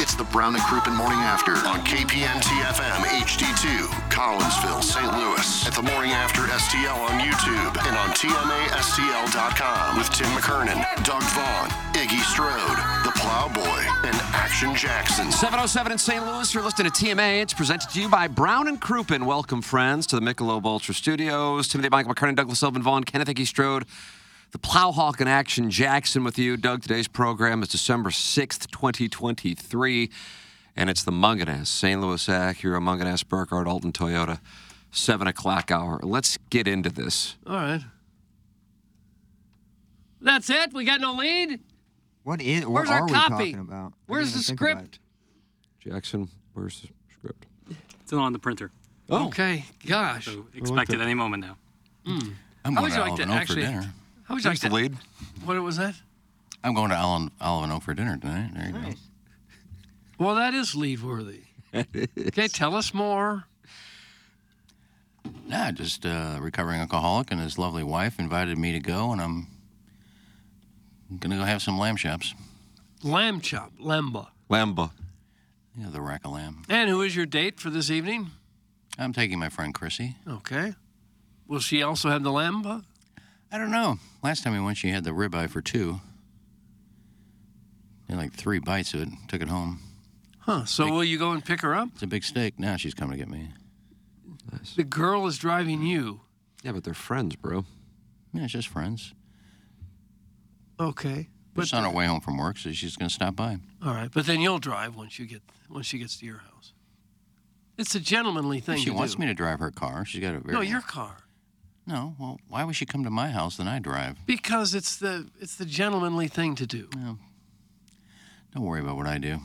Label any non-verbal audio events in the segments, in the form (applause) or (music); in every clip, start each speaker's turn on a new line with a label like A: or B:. A: It's the Brown and Crouppen Morning After on KPN TFM HD2, Collinsville, St. Louis. At the Morning After STL on YouTube and on TMASTL.com with Tim McKernan, Doug Vaughn, Iggy Strode, The Plowboy, and Action Jackson.
B: 707 in St. Louis, you're listening to TMA. It's presented to you by Brown and Crouppen. Welcome, friends, to the Michelob Ultra Studios. Timothy Michael McKernan, Douglas Sullivan Vaughn, Kenneth Iggy Strode the Plowhawk in action, Jackson with you. Doug, today's program is December 6th, 2023, and it's the Munganess, St. Louis Acura, Munganess, Burkhardt, Alton, Toyota, 7 o'clock hour. Let's get into this.
C: All right. That's it? We got no lead?
D: What is? What
C: Where's
D: are
C: our
D: we
C: copy?
D: talking about? I
C: Where's
D: didn't
C: the
D: even think about
C: script?
B: Jackson, where's the script?
E: It's on the printer.
D: Oh.
C: Okay, gosh.
E: So expect it any moment now.
F: I'm
C: How
F: going
C: would
F: to
C: you like
F: Alvin
C: to
F: O for
C: actually-
F: dinner.
C: How would you like
B: Who's the
C: that?
B: lead?
C: What was that?
F: I'm going to Alvin, Alvin O for dinner tonight. There you
D: it. Nice.
C: Well, that is lead
D: (laughs)
C: worthy. okay, tell us more.
F: go. Nah, just uh, recovering alcoholic and his lovely wife invited me to go, and I'm going to go have some lamb chops.
C: Lamb chop, lamba.
B: Lamba.
F: Yeah, the rack of lamb.
C: And who is your date for this evening?
F: I'm taking my friend Chrissy.
C: Okay. Will she also have the lamba?
F: I don't know. Last time we went, she had the ribeye for two. Had like three bites of it. Took it home.
C: Huh. So will you go and pick her up?
F: It's a big steak. Now she's coming to get me.
C: The girl is driving you.
B: Yeah, but they're friends, bro.
F: Yeah, it's just friends.
C: Okay.
F: We're
C: But
F: just on our way home from work, so she's going to stop by.
C: all right, but then you'll drive once you get once she gets to your house. It's a gentlemanly thing.
F: she
C: to
F: wants
C: do.
F: me to drive her car. She's got a very
C: No, your car.
F: No, well, why would she come to my house then I drive?
C: Because it's the it's the gentlemanly thing to do.
F: Don't worry about what I do.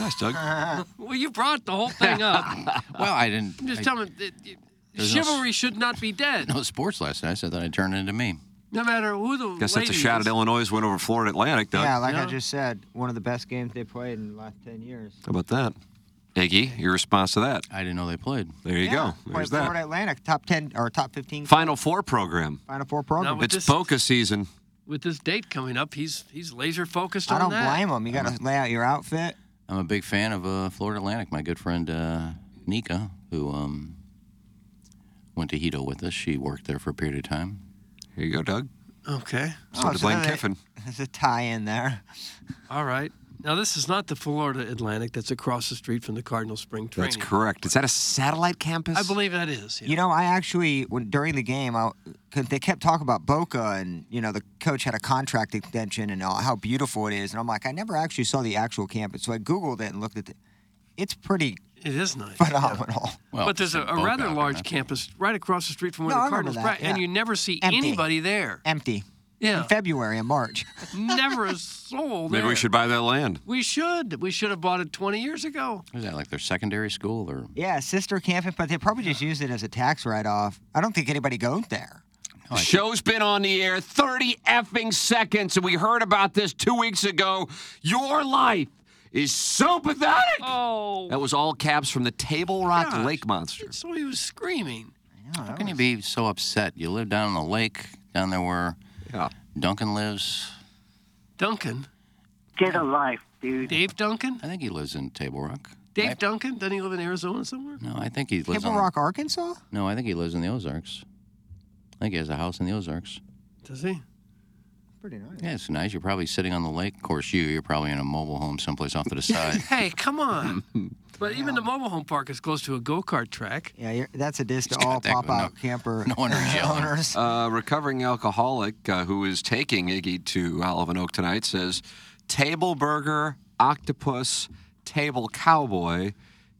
B: Nice, Doug.
C: Well, you brought the whole thing up. (laughs) I'm
F: Well, I didn't.
C: just
F: I-
C: telling that y-
F: There's no s-
C: chivalry should not be dead.
F: no sports last night, so I thought I'd turn it into me.
C: No matter who the
B: Guess
C: lady
B: that's a shot
C: is.
B: at Illinois' win over Florida Atlantic,
D: it.
B: Doug.
D: Yeah, like
C: Yeah.
D: I just said, one of the best games they played in the last 10 years.
B: How about that? Iggy, your response to that.
F: I didn't know they played.
B: There you
D: yeah,
B: go.
D: played
B: There's that.
D: Florida Atlantic, top 10 or top 15
B: Final Four program.
D: Final Four program.
C: Now with
B: It's
C: this-
B: Boca season.
C: With this date coming up, he's he's laser focused
D: I
C: on
D: don't
C: that.
D: blame them. You got to lay out your outfit.
F: I'm a big fan of uh, Florida Atlantic. My good friend uh, Nika, who um, went to Hito with us, she worked there for a period of time.
D: (laughs)
B: Here you go, Doug.
C: Okay.
B: So did Lane
D: Oh, they-
B: Kiffin.
D: There's a tie in there.
C: All right. Now this is not the Florida Atlantic that's across the street from the Cardinal Spring Training.
B: That's correct. Is that a satellite campus?
C: I believe that is. yeah.
D: You know, I actually when during the game, I, cause they kept talking about Boca, and you know, the coach had a contract extension and all, how beautiful it is, and I'm like, I never actually saw the actual campus, so I googled it and looked at it. It's pretty
C: it is nice.
D: phenomenal.
F: Well,
C: but there's a,
F: it's
C: a
F: Boca,
C: rather
F: I mean,
C: large
F: that's-
C: campus right across the street from where
D: No, I
C: the
D: remember
C: Cardinals
D: that,
C: pra- and
D: yeah.
C: you never see
D: Empty.
C: anybody
D: (laughs)
C: there.
D: Empty.
C: Yeah,
D: In February and March.
C: never a soul there.
B: Maybe we should buy that land.
C: We should. We should have bought it 20 years ago.
F: What is that, like their secondary school? or
D: (laughs) Yeah, sister campus, but they probably just use it as a tax write-off. I don't think anybody goes there.
B: The show's been on the air 30 effing seconds, and we heard about this two weeks ago. Your life is so pathetic.
C: Oh,
B: That was all caps from the Table Rock
C: Gosh.
B: Lake Monster.
C: so he was screaming.
F: How can you be so upset? You live down on the lake, down there where
B: Yeah.
F: Duncan lives.
C: Duncan,
G: Get a life, dude.
C: Dave Duncan,
F: I think he lives in Table Rock.
C: Dave
F: I-
C: Duncan. Doesn't he live in Arizona somewhere?
F: No, I think he lives on-
D: Table Rock, Arkansas?
F: No, I think he lives in the Ozarks. I think he has a house in the Ozarks.
C: Does he?
D: pretty nice.
F: Yeah, it's nice. You're probably sitting on the lake. Of course, you you're probably in a mobile home someplace off to the
C: (laughs)
F: side.
C: Hey, come
B: (laughs)
C: on. but even the mobile home park is close to a go kart track.
D: Yeah, you're, that's a dish to all pop out camper. No
F: wonder he's
D: yelling.
B: Uh, recovering alcoholic uh, who is taking Iggy to Olive and Oak tonight says table burger, octopus, table cowboy.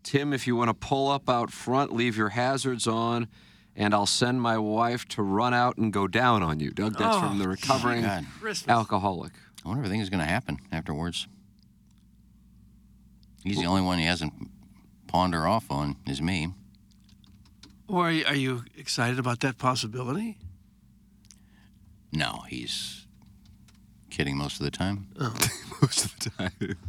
B: Tim, if you want to pull up out front, leave your hazards on, and I'll send my wife to run out and go down on you. Doug, that's from
F: Oh,
B: the recovering
F: God.
B: alcoholic.
F: I wonder if anything's going to happen afterwards. He's the only one he hasn't pawned her off on is me.
C: Or are you, are you excited about that possibility?
F: No, he's kidding most of the time.
B: (laughs) most of the time. (laughs)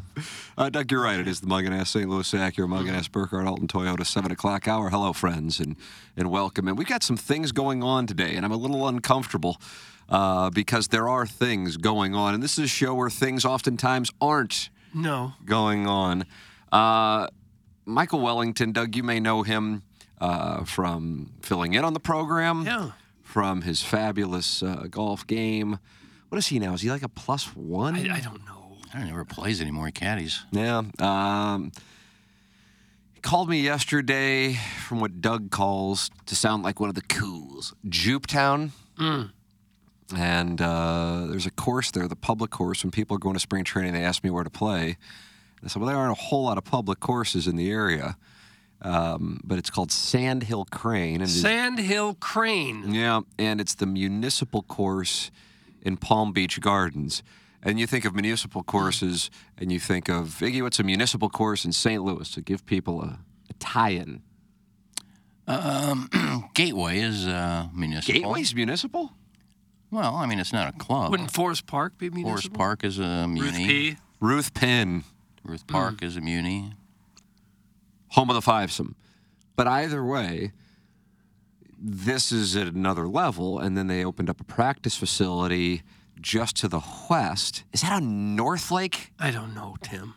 B: Uh, Doug, you're right. It is the Mug and Ass St. Louis Sack, your Mug and Ass Burkhardt Alton Toyota 7 o'clock hour. Hello, friends, and, and welcome. And we've got some things going on today, and I'm a little uncomfortable uh, because there are things going on. And this is a show where things oftentimes aren't
C: No.
B: going on. Uh, Michael Wellington, Doug, you may know him uh, from filling in on the program,
C: yeah.
B: from his fabulous uh, golf game. What is he now? Is he like a plus one?
C: I, I don't know.
F: I don't never plays anymore. He caddies.
B: Yeah. Um, he called me yesterday from what Doug calls to sound like one of the cools, Jupetown.
C: Mm.
B: And uh, there's a course there, the public course. When people are going to spring training, they ask me where to play. I said, well, there aren't a whole lot of public courses in the area, um, but it's called Sand Hill Crane. And the-
C: Sand Hill Crane.
B: yeah, and it's the municipal course in Palm Beach Gardens. And you think of municipal courses, and you think of Iggy. What's a municipal course in St. Louis to give people a, a tie-in?
F: Um, Gateway is uh, municipal.
B: Gateway's municipal?
F: Well, I mean, it's not a club.
C: Wouldn't Forest Park be municipal?
F: Forest Park is a muni.
C: P.
B: Ruth Penn.
F: Ruth Park
C: Hmm.
F: is a muni.
B: Home of the fivesome. But either way, this is at another level. And then they opened up a practice facility just to the west. Is that on North Lake?
C: I don't know, Tim.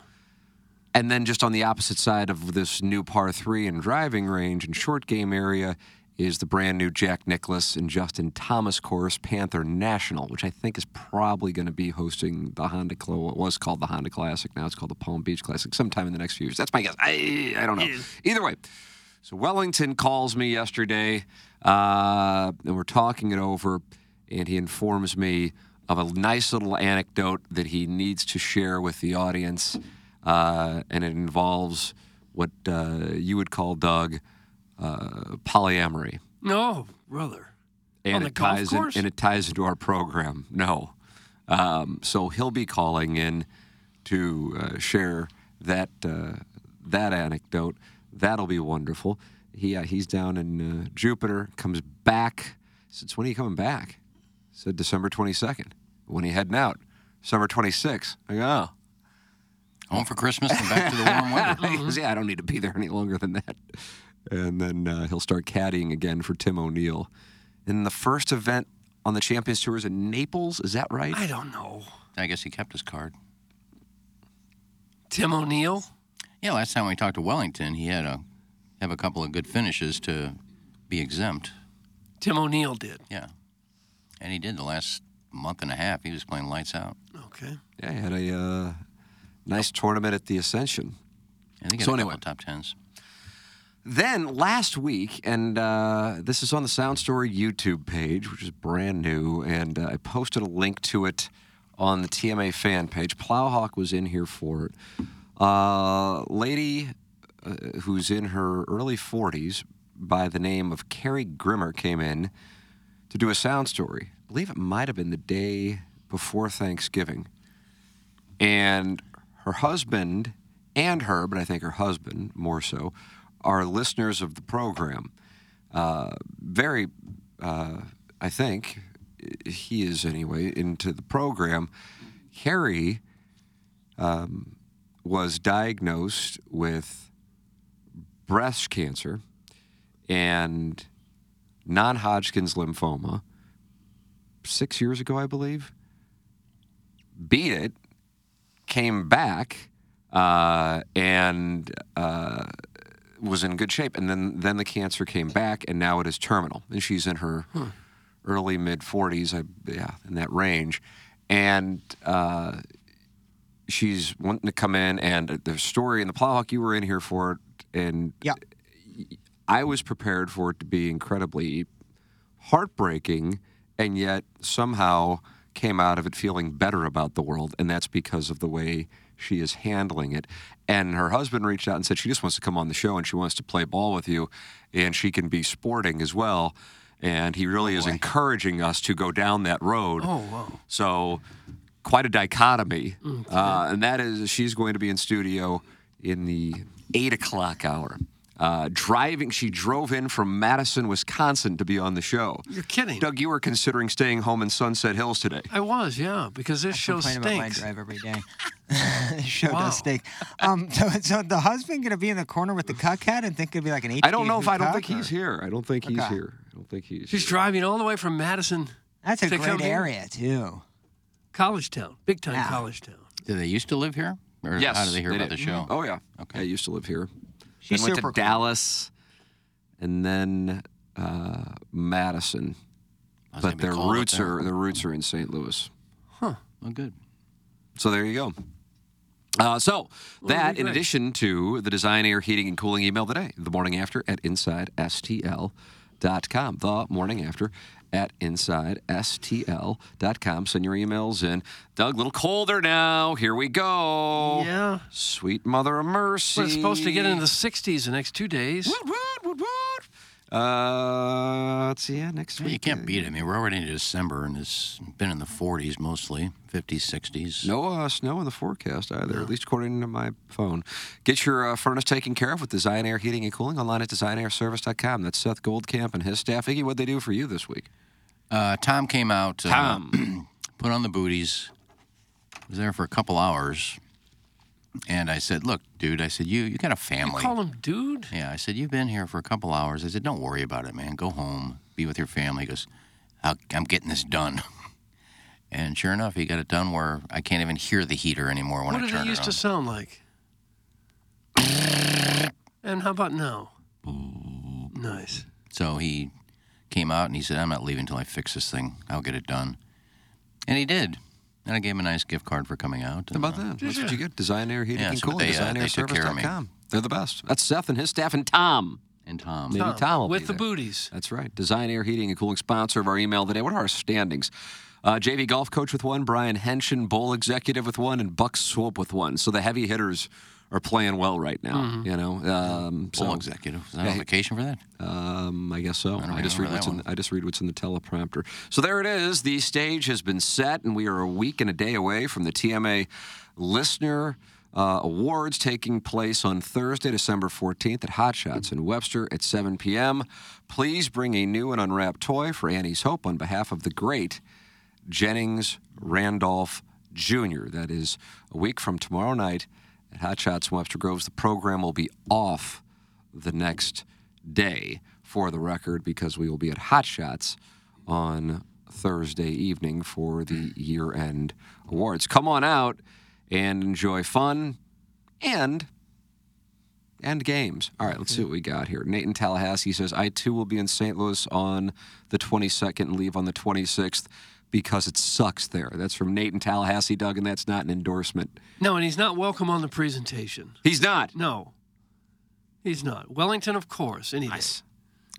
B: And then just on the opposite side of this new par three and driving range and short game area is the brand new Jack Nicholas and Justin Thomas course, Panther National, which I think is probably going to be hosting the Honda Cl- what was called the Honda Classic, now it's called the Palm Beach Classic, sometime in the next few years. That's my guess. I, I don't know. Either way, so Wellington calls me yesterday, uh, and we're talking it over, and he informs me of a nice little anecdote that he needs to share with the audience, uh, and it involves what uh, you would call Doug uh, polyamory,
C: No, brother.
B: and
C: On the
B: it
C: golf
B: ties in-
C: course?
B: and it ties into our program. No, um, so he'll be calling in to uh, share that uh, that anecdote. That'll be wonderful. He uh, he's down in uh, Jupiter. Comes back. Since when are you coming back? Said December twenty second. When he heading out? December twenty sixth. I go. Oh.
F: Home for Christmas and back to the warm weather.
B: (laughs) He
C: Mm-hmm.
B: goes, yeah, I don't need to be there any longer than that. And then uh, he'll start caddying again for Tim O'Neill. And the first event on the Champions Tour is in Naples. Is that right?
C: I don't know.
F: I guess he kept his card.
C: Tim O'Neill?
F: Yeah, last time we talked to Wellington, he had a have a couple of good finishes to be exempt.
C: Tim O'Neill did.
F: Yeah, and he did the last month and a half. He was playing lights out.
C: Okay.
B: Yeah, he had a uh, nice tournament at the Ascension.
F: I think he had
B: So
F: a
B: anyway.
F: couple of top tens.
B: Then last week, and uh, this is on the Sound Story YouTube page, which is brand new, and uh, I posted a link to it on the TMA fan page. Plowhawk was in here for it. Uh, lady uh, who's in her early 40s by the name of Carrie Grimmer came in to do a sound story. I believe it might have been the day before Thanksgiving. And her husband and her, but I think her husband more so, are listeners of the program. Uh, very, uh, I think, he is anyway, into the program. Harry um, was diagnosed with breast cancer and non Hodgkin's lymphoma six years ago, I believe. Beat it, came back, uh, and uh, was in good shape. And then, then the cancer came back, and now it is terminal. And she's in her early mid 40s, I, yeah, in that range. and uh, she's wanting to come in. And the story in the Plowhawk, you were in here for it, and
D: yeah.
B: I was prepared for it to be incredibly heartbreaking, and yet somehow came out of it feeling better about the world, and that's because of the way she is handling it. And her husband reached out and said she just wants to come on the show and she wants to play ball with you, and she can be sporting as well. And he really is encouraging us to go down that road.
C: Oh, wow.
B: So, quite a dichotomy.
C: Mm,
B: Uh, and that is, she's going to be in studio in the eight o'clock hour. Uh, driving, she drove in from Madison, Wisconsin to be on the show.
C: You're kidding.
B: Doug, you were considering staying home in Sunset Hills today.
C: I was, yeah, because this show
D: complain
C: stinks.
D: about my drive every
B: (laughs)
D: day. (laughs) this show
C: Wow.
D: does stink. Um, (laughs) so, so the husband gonna be in the corner with the cuck hat and think it'd be like an.
B: I don't know
D: HDFU
B: if I don't
D: cuck
B: think
D: or-
B: he's here. I don't think he's
D: Okay.
B: here. I don't think he's.
C: She's driving all the way from Madison.
D: That's a
C: to come
D: great
C: here.
D: area too.
C: College town, big time
D: Yeah.
C: college town.
F: Did they used to live here? Or
B: Yes,
F: how did they hear
B: they
F: about
B: did.
F: the show?
B: Oh yeah. Okay. I used to live here.
D: She's
B: then went
D: super
B: to
D: cool.
B: Dallas, and then uh, Madison.
F: I was gonna
B: Oh, But
F: be
B: their
F: cold up
B: roots
F: there.
B: are their roots are in St. Louis.
F: Oh, good.
B: So there you go. Uh, so that, in
C: great.
B: addition to the design, air, heating, and cooling email today, the morning after at InsideSTL.com. The morning after at InsideSTL.com. Send your emails in. Doug, a little colder now. Here we
D: Oh,
B: go.
C: Yeah.
B: Sweet mother of mercy.
C: We're supposed to get into the 60s the next two days.
B: Woot, woot, woot, woot. Uh, let's see. Yeah, next
F: Yeah,
B: week.
F: you can't beat it. I mean, we're already into December, and it's been in the 40s mostly, 50s, 60s.
B: No uh, snow in the forecast either, at least according to my phone. Get your uh, furnace taken care of with Design Air Heating and Cooling online at designairservice.com. That's Seth Goldcamp and his staff. Iggy, what'd they do for you this week?
F: Uh, Tom came out. uh, (clears throat) put on the booties. Was there for a couple hours, and I said, "Look, dude," I said, "You you got a family."
C: Call him dude.
F: yeah, I said, "You've been here for a couple hours." I said, "Don't worry about it, man. Go home, be with your family." He goes, "I'll- "I'm getting this done." (laughs) And sure enough, he got it done where I can't even hear the heater anymore when
C: What
F: I
C: did
F: turn
C: it used
F: it
C: to
F: on.
C: sound like? and how about now? Nice.
F: So he came out and he said, I'm not leaving until I fix this thing. I'll get it done. And he did. And I gave him a nice gift card for coming out.
B: How about
F: and, uh,
B: that? That's what you get. Design Air Heating
F: Yeah,
B: and
F: that's what
B: Cooling,
F: they, uh, they took care of me.
B: designairservice.com. They're the best. That's Seth and his staff and Tom.
F: And Tom.
B: Maybe Tom will be
C: With the
B: there.
C: booties.
B: That's right. Design Air Heating and Cooling, sponsor of our email today. What are our standings? Uh, JV golf coach with one, Brian Henson bowl executive with one, and Buck Swope with one. So the heavy hitters are playing well right now. You know, um,
F: Full
B: so,
F: executive. Is that
B: Hey.
F: on vacation for that?
B: Um, I guess so.
F: I
B: I,
F: don't
B: just read
F: remember
B: what's
F: that
B: in.
F: one.
B: I just read what's in the teleprompter. So there it is. The stage has been set, and we are a week and a day away from the TMA Listener uh, Awards taking place on Thursday, December 14th at Hot Shots in Webster at 7 p.m. Please bring a new and unwrapped toy for Annie's Hope on behalf of the great Jennings Randolph Jr. That is a week from tomorrow night at Hot Shots in Webster Groves. The program will be off the next day for the record because we will be at Hot Shots on Thursday evening for the year end awards. Come on out and enjoy fun and and games. All right, let's see what we got here. Nathan Tallahassee says, I too will be in St. Louis on the 22nd and leave on the 26th because it sucks there. That's from Nathan Tallahassee, Doug, and that's not an endorsement.
C: No, and he's not welcome on the presentation.
B: He's not.
C: No. He's not. Wellington, of course. Any day.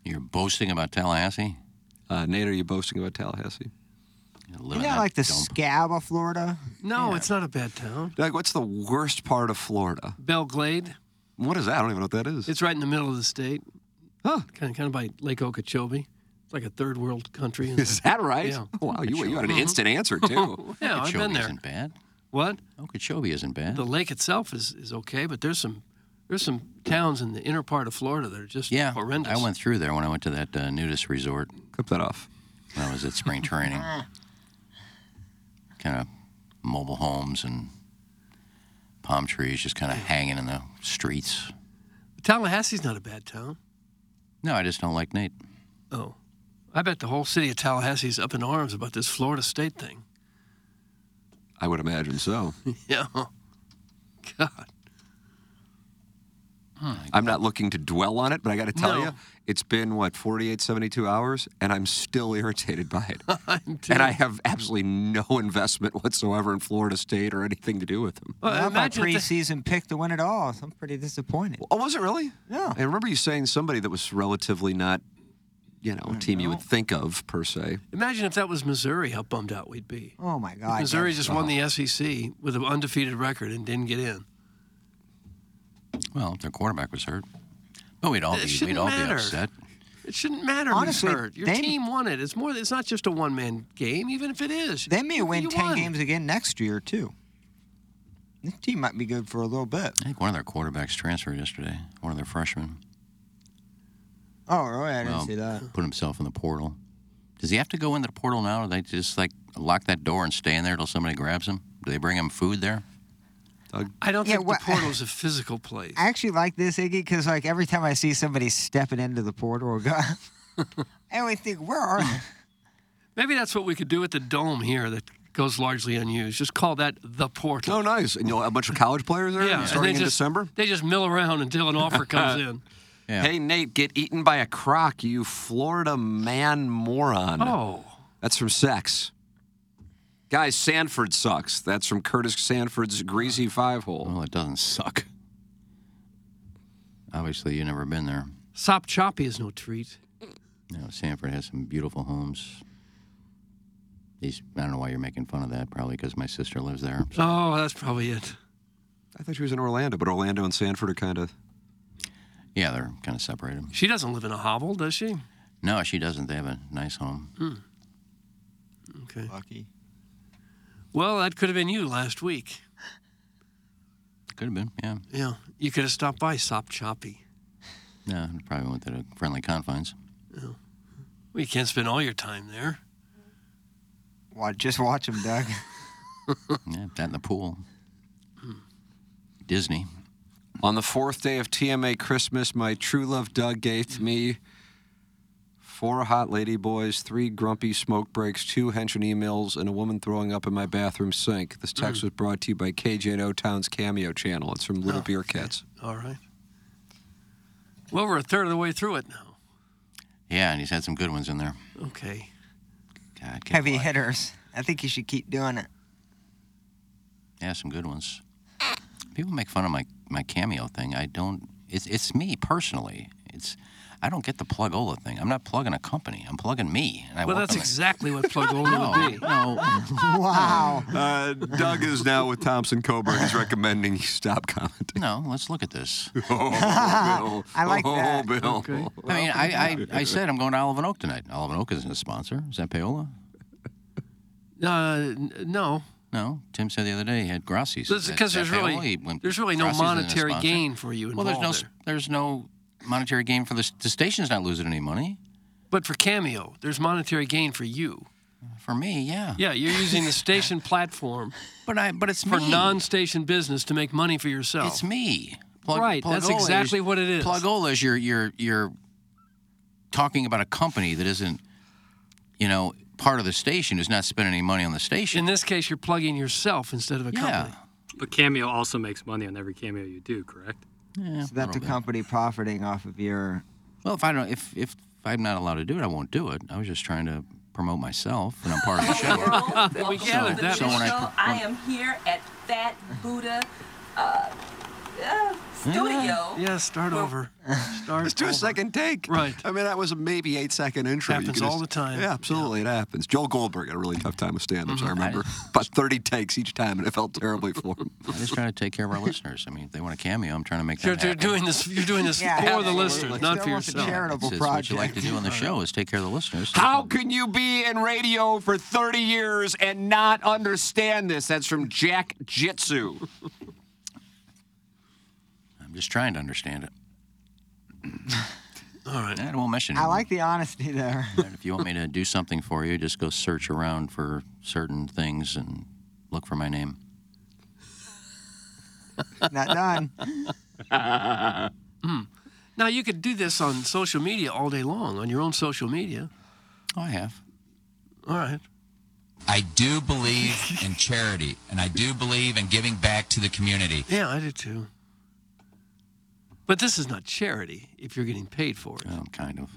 F: You're boasting about Tallahassee?
B: Uh, Nate, are you boasting about Tallahassee?
F: You live in
D: Isn't that
F: that
D: like the
F: dump.
D: scab of Florida?
C: No, it's not a bad town.
B: Doug, what's the worst part of Florida?
C: Belglade.
B: What is that? I don't even know what that is.
C: It's right in the middle of the state,
B: huh.
C: kind of, kind of by Lake Okeechobee. It's like a third world
F: (laughs)
C: country. in
B: Is that right?
C: Yeah.
B: Wow, you, you had an instant answer,
C: (laughs)
B: too.
C: Yeah, I've been
F: Okeechobee
C: there.
F: isn't bad. Oh,
C: What?
F: Okeechobee isn't bad.
C: The lake itself is, is okay, but there's some there's some towns in the inner part of Florida that are just
F: yeah,
C: horrendous.
F: I went through there when I went to that uh, nudist resort
B: Clip that off.
F: when I was at spring
C: (laughs)
F: training. kind of mobile homes and palm trees just kind of hanging in the streets.
C: Tallahassee's not a bad town.
F: No, I just don't like Nate.
C: Oh, I bet the whole city of Tallahassee's up in arms about this Florida
F: (laughs)
C: state thing.
B: I would imagine so.
C: Yeah. God.
B: I'm not looking to dwell on it, but I got to tell you, it's been what 48, 72 hours, and I'm still irritated by it. and (laughs) I have absolutely no (laughs) investment whatsoever in Florida State or anything to do with them.
D: Not my preseason pick to win it all. So I'm pretty disappointed.
B: Oh, was it really? Yeah. I remember you saying somebody that was relatively not, you know, a team you would think of per se.
C: Imagine if that was Missouri, how bummed out we'd be.
D: Oh my
C: If Missouri just won the SEC with an undefeated record and didn't get in.
F: Well, if their quarterback was hurt. But we'd all
C: It
F: be, we'd
C: shouldn't
F: all be
C: matter.
F: upset.
C: It shouldn't matter.
D: Honestly,
C: Honestly, hurt. your
D: they-
C: team won it. It's more. It's not just a one-man game, even if it is.
D: They may
C: You-
D: win
C: you
D: 10
C: won.
D: games again next year, too. This team might be good for a little bit.
F: I think one of their quarterbacks transferred yesterday, one of their freshmen.
D: Oh, really? I didn't
F: Well,
D: see that.
F: Put himself in the portal. Does he have to go into the portal now? Or they just like lock that door and stay in there till somebody grabs him? Do they bring him food there?
C: I don't
D: Yeah,
C: think
D: wha-
F: (laughs)
C: the portal's a physical place.
D: I actually like this, Iggy, because like every time I see somebody stepping into the portal, (laughs) or go, I always think, where are they?
C: Maybe that's what we could do at the dome here. That goes largely unused. Just call that the portal.
B: Oh, nice. And you'll have a bunch of college players there
C: Yeah, and they
B: starting in
C: just-
B: December?
C: They just mill around until an offer
B: (laughs)
C: comes in.
B: Hey, Nate, get eaten by a croc, you Florida man moron.
C: Oh,
B: That's from Sex. Guys, Sanford sucks. That's from Curtis Sanford's Greasy Five
D: Oh,
B: Hole.
F: Well, it doesn't suck. Obviously, you've never been there.
C: sop choppy is no treat.
F: (laughs) You know, Sanford has some beautiful homes. These, I don't know why you're making fun of that, probably because my sister lives there.
C: Oh, that's probably it.
B: I thought she was in Orlando, but Orlando and Sanford are kind of.
F: Yeah, they're kind of separated.
C: She doesn't live in a hovel, does she?
F: No, she doesn't. They have a nice home.
C: Okay.
D: Lucky.
C: Well, that could have been you last week.
F: Could have been, yeah.
C: Yeah, you could have stopped by Sop Choppy.
F: No, probably went to the friendly confines.
C: Well, you can't spend all your time there.
D: Watch, just watch them, Doug. (laughs)
F: Yeah, that in the pool. Disney.
B: On the fourth day of TMA Christmas, my true love Doug gave to me four hot lady boys, three grumpy smoke breaks, two henchman emails, and a woman throwing up in my bathroom sink. This text was brought to you by KJ and O Town's Cameo channel. It's from Little Beer Cats.
C: All right. Well, we're a third of the way through it now.
F: Yeah, and he's had some good ones in there.
C: Okay.
F: God, get
D: Heavy
F: life.
D: hitters. I think you should keep doing it.
F: Yeah, some good ones. People make fun of my, my cameo thing. I don't. It's it's me personally. It's I don't get the plugola thing. I'm not plugging a company. I'm plugging me. And I
C: Well,
F: welcome
C: that's
F: it.
C: exactly what Plugola would be.
F: (laughs) No, no.
D: (laughs) Wow.
B: Uh, Doug is now with Thompson Coburn. He's recommending you stop commenting.
F: No, let's look at this.
B: Oh, Bill.
D: I like that.
B: Oh, Bill.
F: I mean, I, I, I said I'm going to Olive and Oak tonight. Olive and Oak isn't a sponsor. Is that Paola?
C: Uh, n- no,
F: No. Tim said the other day he had Grassi's. Is that-
C: because
F: is that
C: there's
F: Paola?
C: really
F: He went-
C: there's really no
F: Grassi's isn't a
C: monetary
F: sponsor.
C: gain for you
F: Well,
C: involved
F: there's no
C: there.
F: there's no monetary gain for the the station's not losing any money.
C: But for Cameo, there's monetary gain for you.
F: For me, yeah.
C: Yeah, you're using the
F: (laughs)
C: station platform
F: But I but it's
C: for
F: me.
C: non-station business to make money for yourself.
F: It's me. Plug,
C: Right, that's
F: Plugola
C: exactly what it is.
F: Plugola is you're you're you're talking about a company that isn't you know part of the station who's not spending any money on the
C: In
F: station.
C: this case, you're plugging yourself instead of a
F: yeah.
C: company.
E: But Cameo also makes money on every cameo you do, correct?
F: yeah.
D: So that's a
F: little bit.
D: company profiting off of your.
F: Well, if I don't if if I'm not allowed to do it, I won't do it. I was just trying to promote myurself and I'm part of the
C: (laughs)
F: show.
C: We gathered that.
F: so (laughs) when I-
H: Show. I am here at Fat Buddha uh, uh, Studio.
C: Yeah, start over. (laughs) Start
B: Let's do a
C: over.
B: second take.
C: Right.
B: I mean, that was a maybe eight second intro. You
C: Happens
B: could
C: all the time.
B: Yeah, Mm-hmm. absolutely. It happens. Joel Goldberg had a really tough time with stand ups, I remember. About 30 takes each time, and it felt terribly for him.
F: I'm just trying to take care of our listeners. I mean, if they want a cameo, I'm trying to make
C: You're,
F: that
C: you're
F: happen.
C: doing this. You're
F: (laughs)
C: doing this
D: Yeah,
C: for the
D: absolutely.
C: listeners, not
D: It's
C: for
D: almost a
C: yourself.
D: charity.
F: It's,
D: charitable
F: it's what you like to
D: project.
F: do on the show is take care of the listeners.
B: (laughs) How can you be in radio for 30 years and not understand this? That's from Jack Jitsu.
F: I'm just trying to understand it.
C: All right.
F: I won't mention it.
D: I like the honesty
F: (laughs)
D: there.
F: If you want me to do something for you, just go search around for certain things and look for my name.
D: Not done.
C: Now you could do this on social media all day long on your own social media.
F: Oh, I have.
C: All right.
I: I do believe in charity, and I do believe in giving back to the community.
C: Yeah, I do too. But this is not charity if you're getting paid for it.
F: kind of.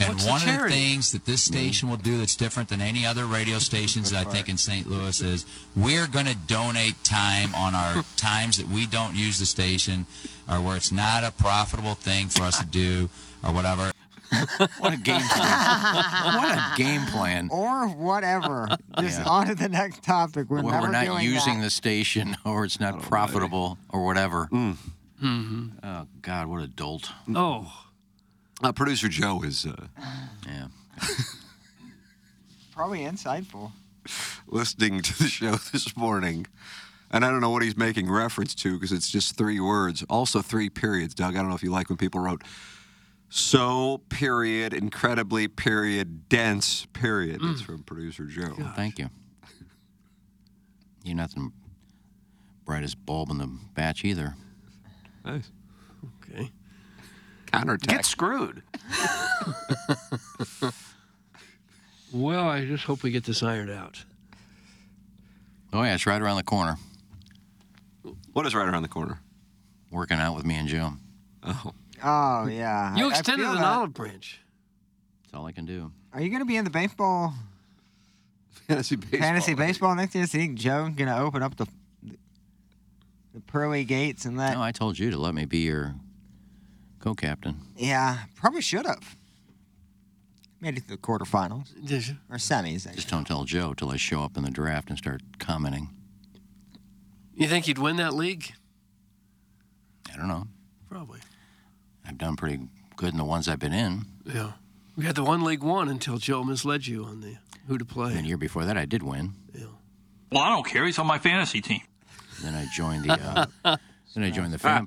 I: And
C: What's the
I: one of the
C: charity?
I: things that this station will do that's different than any other radio stations, I think, in St. Louis is we're going to donate time on our
F: (laughs)
I: times that we don't use the station or where it's not a profitable thing for us to do or whatever.
F: (laughs) what a game plan. What a game plan.
D: (laughs) Or whatever.
F: (laughs)
D: Just
F: Yeah.
D: on to the next topic. We're,
F: Where
D: never
F: we're not
D: doing
F: using
D: that.
F: the station or it's not profitable or whatever. Oh, God, what a dolt.
C: Oh.
B: Uh, Producer Joe is uh,
F: yeah.
D: Probably insightful.
B: listening to the show (laughs) this morning, and I don't know what he's making reference to because it's just three words, also three periods. Doug, I don't know if you like when people wrote so period, incredibly period, dense period. That's
D: Mm.
B: from producer Joe.
F: Thank you. You're not the brightest bulb in the batch either.
B: Nice.
C: Okay.
B: Counterattack.
C: Get screwed. (laughs) well, I just hope we get this ironed out.
F: Oh, yeah, it's right around the corner.
B: What is right around the corner? (laughs)
F: Working out with me and Jim.
B: Oh.
D: Oh, yeah.
C: You
D: I- I
C: extended
D: feel
C: an
D: that.
C: olive branch.
F: That's all I can do.
D: Are you going to be in the baseball?
B: Fantasy baseball.
D: Fantasy baseball next year? So you think Joe going to open up the, the pearly gates and that?
F: No, I told you to let me be your co captain.
D: Yeah, probably should have. Made it to the quarterfinals
C: Did you?
D: or semis. actually.
F: Just don't tell Joe till I show up in the draft and start commenting.
C: You think you'd win that league?
F: I don't know.
C: Probably.
F: I've done pretty good in the ones I've been in.
C: Yeah. We had the one league one until Joe misled you on the who to play.
F: And the year before that, I did win.
J: Well, I don't care. He's on my fantasy team.
F: Then I joined the uh, then I joined
B: (laughs)
F: the fan,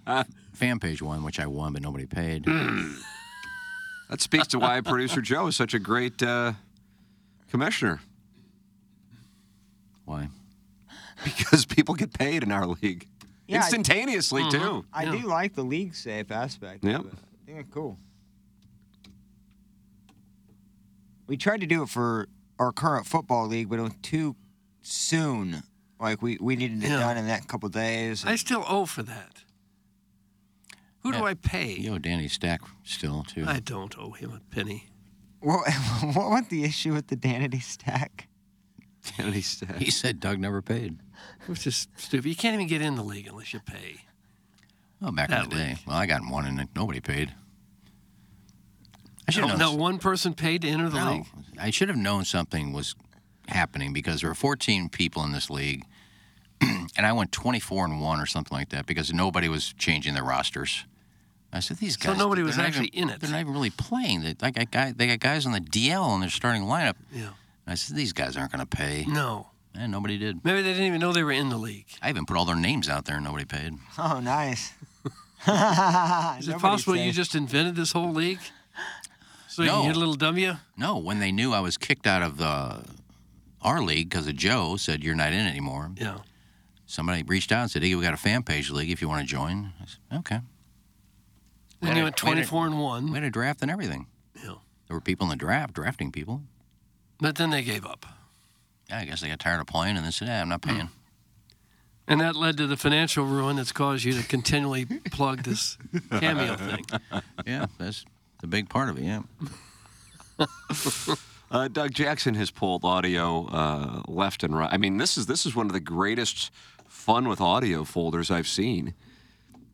F: fan page one, which I won, but nobody paid.
B: That speaks to
D: (laughs)
B: why producer Joe is such a great uh, commissioner.
F: Why?
B: Because people get paid in our league
D: Yeah, I- Mm-hmm.
B: instantaneously too.
D: I do like the league safe aspect.
B: Yep.
D: Of it. I think it's cool. We tried to do it for our current football league, but it was too soon. Like we, we needed it
C: Yeah.
D: done in that couple days.
C: I still owe for that. Who do I pay?
F: You owe Danny Stack still too.
C: I don't owe him a penny.
D: (laughs) What, what was the issue with the Danity stack?
B: Danny Stack.
F: He said Doug never paid.
C: Which is stupid. You can't even get in the league unless you pay.
F: Oh, back in
C: That
F: the day. Well, I got in one and nobody paid. I should
C: No,
F: have
C: no
F: known.
C: one person paid to enter the
F: No.
C: league.
F: I should have known something was happening because there were 14 people in this league, (clears throat) and I went 24 and one or something like that because nobody was changing their rosters. I said these
C: So
F: guys.
C: nobody
F: they're
C: was
F: not
C: actually
F: even-
C: in it.
F: They're not even really playing. They, I got guy, they got guys on the DL in their starting lineup.
C: Yeah.
F: I said these guys aren't going to pay.
C: No.
F: And nobody did.
C: Maybe they didn't even know they were in the league.
F: I even put all their names out there and nobody paid.
D: Oh, nice.
C: Is it possible you just invented this whole league? So you
F: No.
C: can get a little W?
F: No, when they knew I was kicked out of the our league because of Joe said you're not in anymore.
C: Yeah.
F: Somebody reached out and said, "Hey, we got a fan page league if you want to join." I said, "Okay."
C: Then you went 24 and one.
F: We had a draft and everything.
C: Yeah.
F: There were people in the draft drafting people.
C: But then they gave up.
F: Yeah, I guess they got tired of playing and they said, "Yeah, I'm not paying."
C: And that led to the financial ruin that's caused you to continually
K: (laughs)
C: plug this cameo thing.
F: yeah, that's the big part of it. Yeah.
B: Uh, Doug Jackson has pulled audio uh, left and right. I mean, this is this is one of the greatest fun with audio folders I've seen.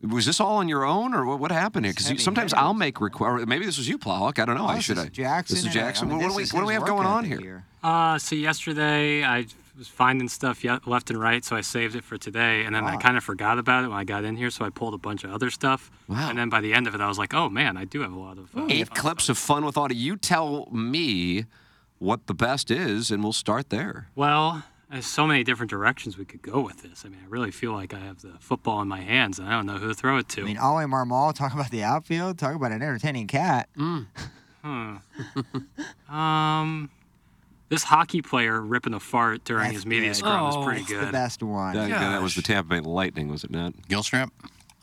B: Was this all on your own, or what, what happened here? Because sometimes I'll make requests. Maybe this was you, Plowhawk. I don't know. I should. I, Oh, This is Jackson. what, do we What do we have going on here?
E: Uh, so yesterday I was finding stuff ye- left and right, so I saved it for today, and then I kind of forgot about it when I got in here, so I pulled a bunch of other stuff. Wow. And then by the end of it, I was like, oh man, I do have a lot of. Uh,
B: Eight clips of fun with audio. You tell me what the best is, and we'll start there.
E: well, there's so many different directions we could go with this. I mean, I really feel like I have the football in my hands, and I don't know who to throw it to.
D: I mean, Ollie Marmol, talk about the outfield, talk about an entertaining cat.
E: Huh. um, this hockey player ripping a fart during his media scrum is
D: Oh,
E: pretty good.
D: one.
B: Doug, that was the Tampa Bay Lightning, was it not?
F: Gilstrap.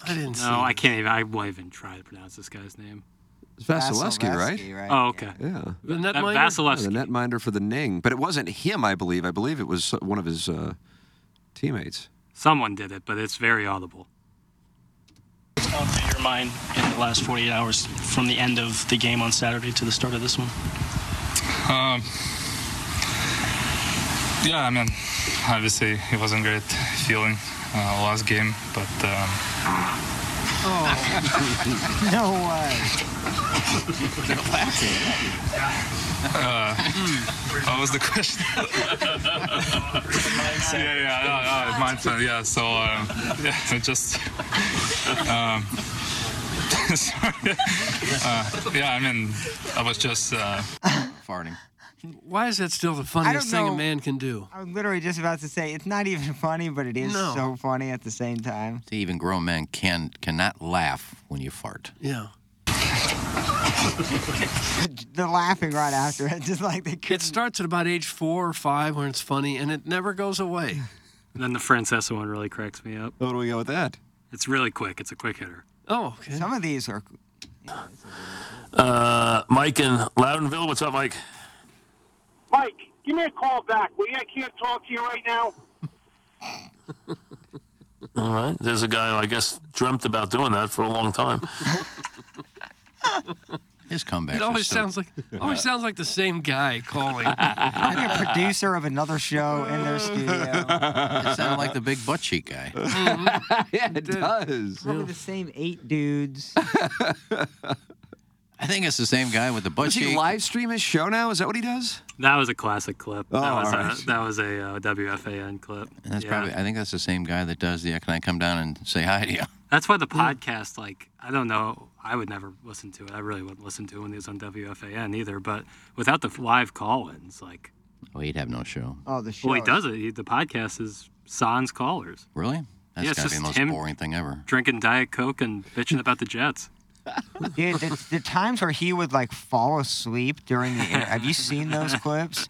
C: I didn't see.
E: No, I can't even. I won't even try to pronounce this guy's name.
B: Vasilevsky, right?
E: Oh, okay.
B: Yeah.
C: The
E: That
C: netminder?
E: Vasilevsky.
B: Yeah, the netminder for the Ning, but it wasn't him. I believe. I believe it was one of his uh, teammates.
E: Someone did it, but it's very audible.
K: Your in mind in the last 48 hours from the end of the game on Saturday to the start of this one?
L: Um, yeah, I mean, obviously it wasn't great feeling uh, last game, but um,
D: Oh. no way.
L: uh, what was the question? yeah, yeah, no, no, mindset. Yeah, so um, yeah, so just um, (laughs) sorry. Uh, yeah, I mean, I was just uh, farting.
C: Why is that still the
D: I don't
C: funniest thing a
D: know.
C: man can do?
D: I was literally just about to say it's not even (laughs) funny, but it is
C: No.
D: so funny at the
E: (laughs)
D: same time.
F: See, even grown men can cannot laugh when you fart.
C: Yeah.
D: They're laughing right after it, (laughs) just like they
C: It starts at about age four or five when it's funny, and it never goes
D: (laughs)
C: away.
E: And then the Francesa one really cracks me up.
B: What do we go with that?
E: It's really quick. It's a quick hitter.
C: Oh, okay.
D: Some of these are.
M: Uh, Mike in Loudonville. What's up, Mike?
N: Mike, give me a call back, will you? I can't talk to you right now.
M: (laughs) All right. There's a guy who I guess dreamt about doing that for a long time.
F: His comeback.
C: (laughs) It always sounds like always sounds like the same guy calling.
D: Like a producer of another show in their studio.
F: It sounded like the big butt cheek guy.
B: (laughs) yeah, it does.
D: Probably the same eight dudes.
F: I think it's the same guy with the butt
B: Does he
F: cheek.
B: live stream his show now? Is that what he does?
E: (laughs) That was a classic clip.
F: Oh,
E: that, was
F: all right.
E: a, that was a uh, WFAN clip.
F: And that's
E: Yeah.
F: probably. I think that's the same guy that does the. Can I come down and say hi to you? (laughs)
E: That's why the
B: Hmm.
E: podcast, like, I don't know. I would never listen to it. I really wouldn't listen to it when it was on WFAN either. But without the f- live call-ins, like,
F: Well, he'd have no show.
D: oh, the
E: well, he
D: show.
E: does it. He, the podcast is sans callers.
F: Really? That's
E: Yeah, it's
F: gotta be the
E: just
F: most
E: him-
F: boring thing ever.
E: Drinking Diet Coke and bitching about the Jets.
D: Dude, the, the times where he would like fall asleep during the inter- have you seen
E: (laughs)
D: those clips?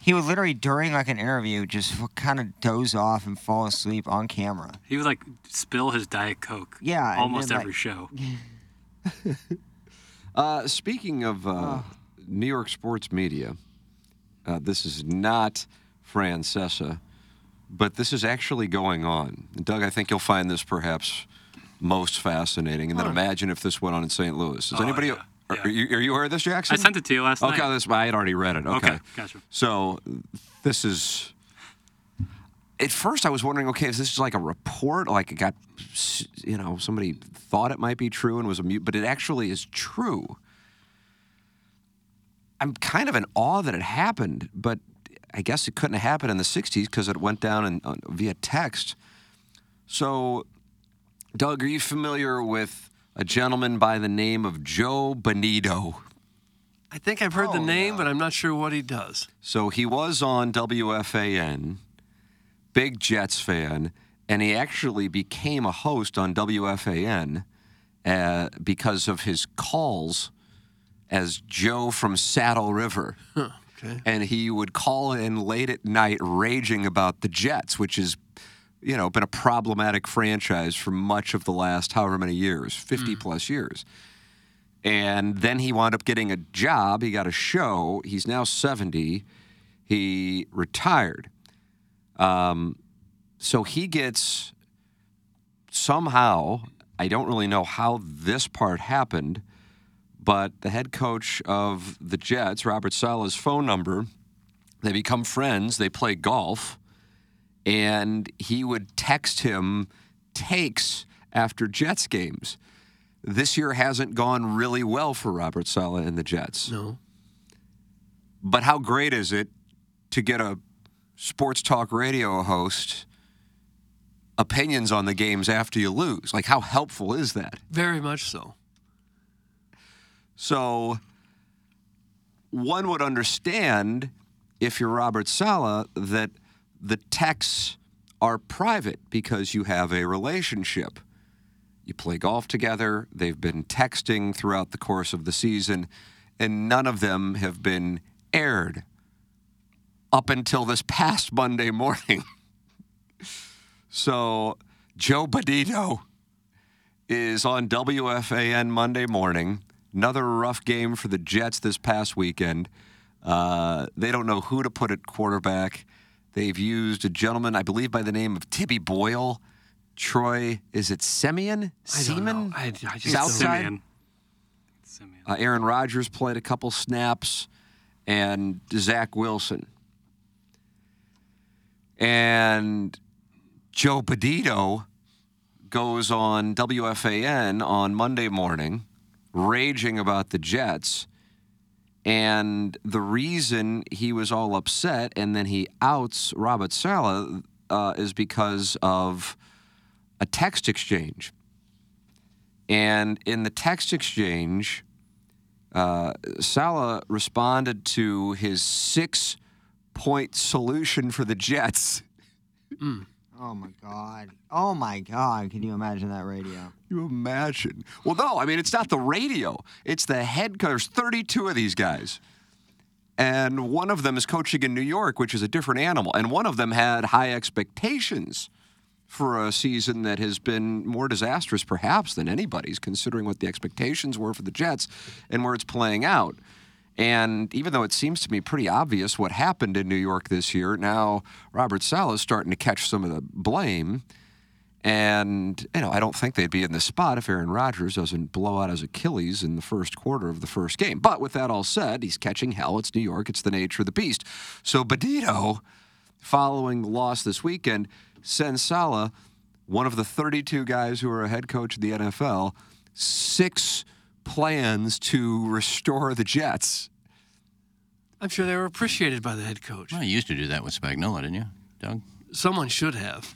D: He would literally during like an interview just kind of doze off and fall asleep on camera.
E: He would like spill his Diet Coke.
D: Yeah, and
E: almost
D: then, like-
E: every show.
B: Uh, speaking of uh, New York sports media, uh, this is not Francesa, but this is actually going on. And Doug, I think you'll find this perhaps most fascinating. And then imagine if this went on in St. Louis. Is anybody? Are, are you, are you aware of this, Jackson?
E: Oh, I sent it to you last
B: okay,
E: night.
B: this I had already read it. Okay,
E: Okay, gotcha.
B: So this is. At first, I was wondering, okay, is this just like a report? Like it got, you know, somebody thought it might be true and was a mute, but it actually is true. I'm kind of in awe that it happened, but I guess it couldn't have happened in the '60s because it went down in, on, via text. So, Doug, are you familiar with a gentleman by the name of Joe Bonito?
C: I think I've
N: Oh,
C: heard the name, but I'm not sure what he does.
B: So he was on WFAN, big Jets fan, and he actually became a host on WFAN uh, because of his calls as Joe from Saddle River.
C: Okay.
B: And he would call in late at night raging about the Jets, which has, you know, been a problematic franchise for much of the last however many years, 50 plus years. And then he wound up getting a job. He got a show. He's now 70. He retired. Um, so he gets somehow, I don't really know how this part happened, but the head coach of the Jets, Robert Sala's phone number, they become friends, they play golf, and he would text him takes after Jets games. This year hasn't gone really well for Robert Sala and the Jets.
C: No.
B: But how great is it to get a sports talk radio host opinions on the games after you lose? Like, how helpful is that?
C: Very much so.
B: So one would understand if you're Robert Sala that the texts are private because you have a relationship. You play golf together, they've been texting throughout the course of the season, and none of them have been aired up until this past Monday morning. (laughs) so Joe Badito is on WFAN Monday morning. Another rough game for the Jets this past weekend. Uh, they don't know who to put at quarterback. They've used a gentleman, I believe, by the name of Tibby Boyle, Troy, is it Semyon?
C: I don't
B: Seaman?
C: know. I- I just
B: Southside?
C: don't-
B: Uh, Aaron Rodgers played a couple snaps, and Zach Wilson. And Joe Bedito goes on WFAN on Monday morning, raging about the Jets. And the reason he was all upset and then he outs Robert Sala uh, is because of a text exchange. And in the text exchange, uh, Sala responded to his six point solution for the Jets.
D: Oh my God. Oh my God. Can you imagine that radio?
B: You imagine? Well, no, I mean, it's not the radio, it's the head coach. There's 32 of these guys. And one of them is coaching in New York, which is a different animal. And one of them had high expectations for a season that has been more disastrous, perhaps, than anybody's, considering what the expectations were for the Jets and where it's playing out. And even though it seems to me pretty obvious what happened in New York this year, now Robert Sala is starting to catch some of the blame. And, you know, I don't think they'd be in this spot if Aaron Rodgers doesn't blow out his Achilles in the first quarter of the first game. But with that all said, he's catching hell. It's New York. It's the nature of the beast. So Bedito, following the loss this weekend, sends Sala, one of the 32 guys who are a head coach of the NFL, six plans to restore the Jets.
C: I'm sure they were appreciated by the head coach.
F: Well, you used to do that with Spagnola, didn't you, Doug?
C: Someone should have.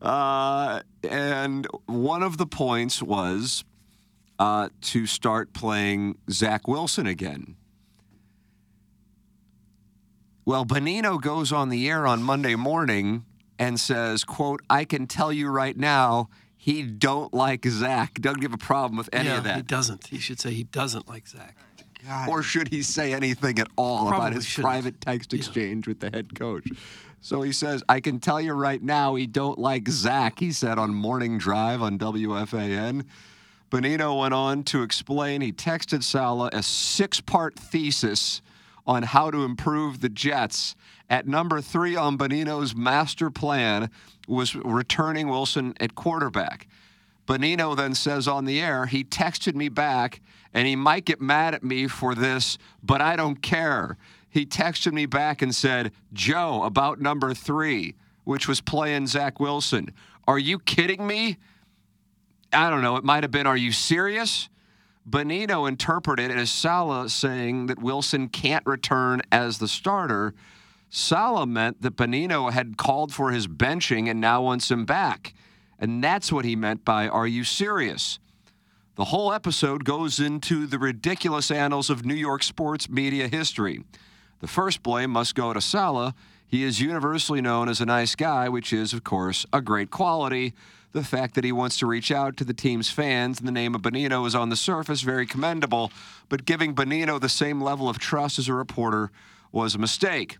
B: Uh, and one of the points was uh, to start playing Zach Wilson again. Well, Benino goes on the air on Monday morning and says, "quote I can tell you right now, he don't like Zach. Doesn't give a problem with any
C: yeah,
B: of that."
C: He doesn't. He should say he doesn't like Zach.
B: Or should he say anything at all about
C: Probably
B: his
C: shouldn't.
B: private text exchange with the head coach? So he says, I can tell you right now, he don't like Zach, he said on Morning Drive on WFAN. Benito went on to explain he texted Sala a six part thesis on how to improve the Jets. At number three on Benino's master plan was returning Wilson at quarterback. Bonino then says on the air, he texted me back and he might get mad at me for this, but I don't care. He texted me back and said, Joe, about number three, which was playing Zach Wilson. Are you kidding me? I don't know. It might have been, Are you serious? Bonino interpreted it as Sala saying that Wilson can't return as the starter. Sala meant that Bonino had called for his benching and now wants him back. And that's what he meant by Are You Serious? The whole episode goes into the ridiculous annals of New York sports media history. The first blame must go to Sala. He is universally known as a nice guy, which is, of course, a great quality. The fact that he wants to reach out to the team's fans in the name of Benino is on the surface very commendable, but giving Benino the same level of trust as a reporter was a mistake.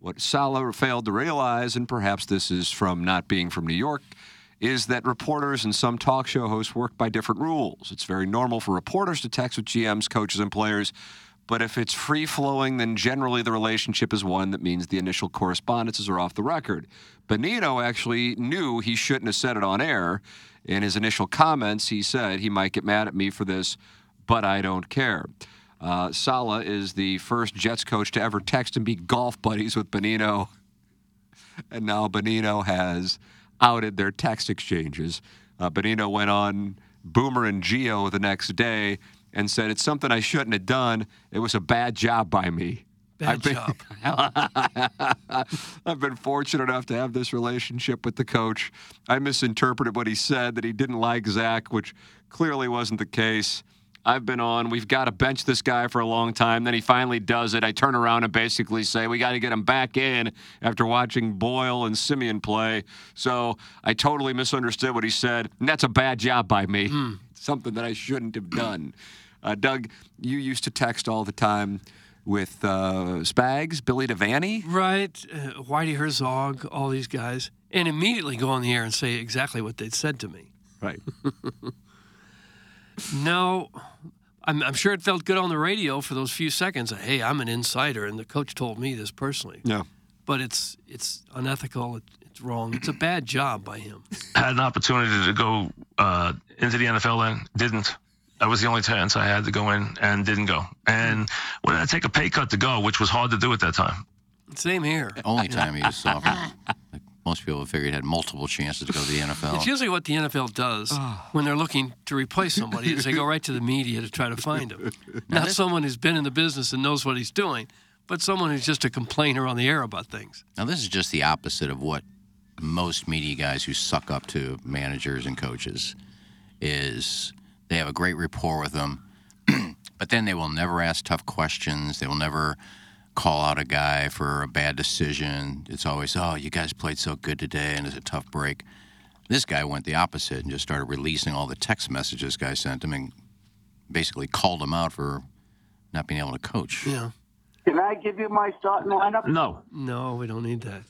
B: What Sala failed to realize, and perhaps this is from not being from New York, is that reporters and some talk show hosts work by different rules. It's very normal for reporters to text with GMs, coaches, and players, but if it's free flowing, then generally the relationship is one that means the initial correspondences are off the record. Benito actually knew he shouldn't have said it on air. In his initial comments, he said he might get mad at me for this, but I don't care. Uh, Sala is the first Jets coach to ever text and be golf buddies with Benino. (laughs) And now Benino has outed their text exchanges. Uh, Benino went on Boomer and Geo the next day and said, It's something I shouldn't have done. It was a bad job by me.
C: Bad
B: job. (laughs) I've been fortunate enough to have this relationship with the coach. I misinterpreted what he said, that he didn't like Zach, which clearly wasn't the case. I've been on. We've got to bench this guy for a long time. Then he finally does it. I turn around and basically say, We got to get him back in after watching Boyle and Simeon play. So I totally misunderstood what he said. And that's a bad job by me. Something that I shouldn't have done. Uh, Doug, you used to text all the time with uh, Spags, Billy Devaney.
C: Right, uh, Whitey Herzog, all these guys, and immediately go on the air and say exactly what they'd said to me.
B: Right.
C: (laughs) no, I'm, I'm sure it felt good on the radio for those few seconds. Hey, I'm an insider, and the coach told me this personally.
B: No.
C: but it's it's unethical. It, it's wrong. It's a bad job by him.
M: Had an opportunity to go uh, into the NFL and didn't. That was the only chance I had to go in and didn't go. And when I take a pay cut to go, which was hard to do at that time.
C: Same here.
F: Only time he was soft. like most people figured he had multiple chances to go to the
C: It's
F: NFL.
C: usually what the NFL does when they're looking to replace somebody is they go right to the media to try to find (laughs) him. Not someone who's been in the business and knows what he's doing, but someone who's just a complainer on the air about things.
F: Now this is just the opposite of what most media guys who suck up to managers and coaches is. They have a great rapport with them, (clears throat) but then they will never ask tough questions. They will never call out a guy for a bad decision. It's always, oh, you guys played so good today, and it's a tough break. This guy went the opposite and just started releasing all the text messages guy sent him and basically called him out for not being able to coach.
C: Yeah.
N: Can I give you my starting lineup?
M: No.
C: No, we don't need that.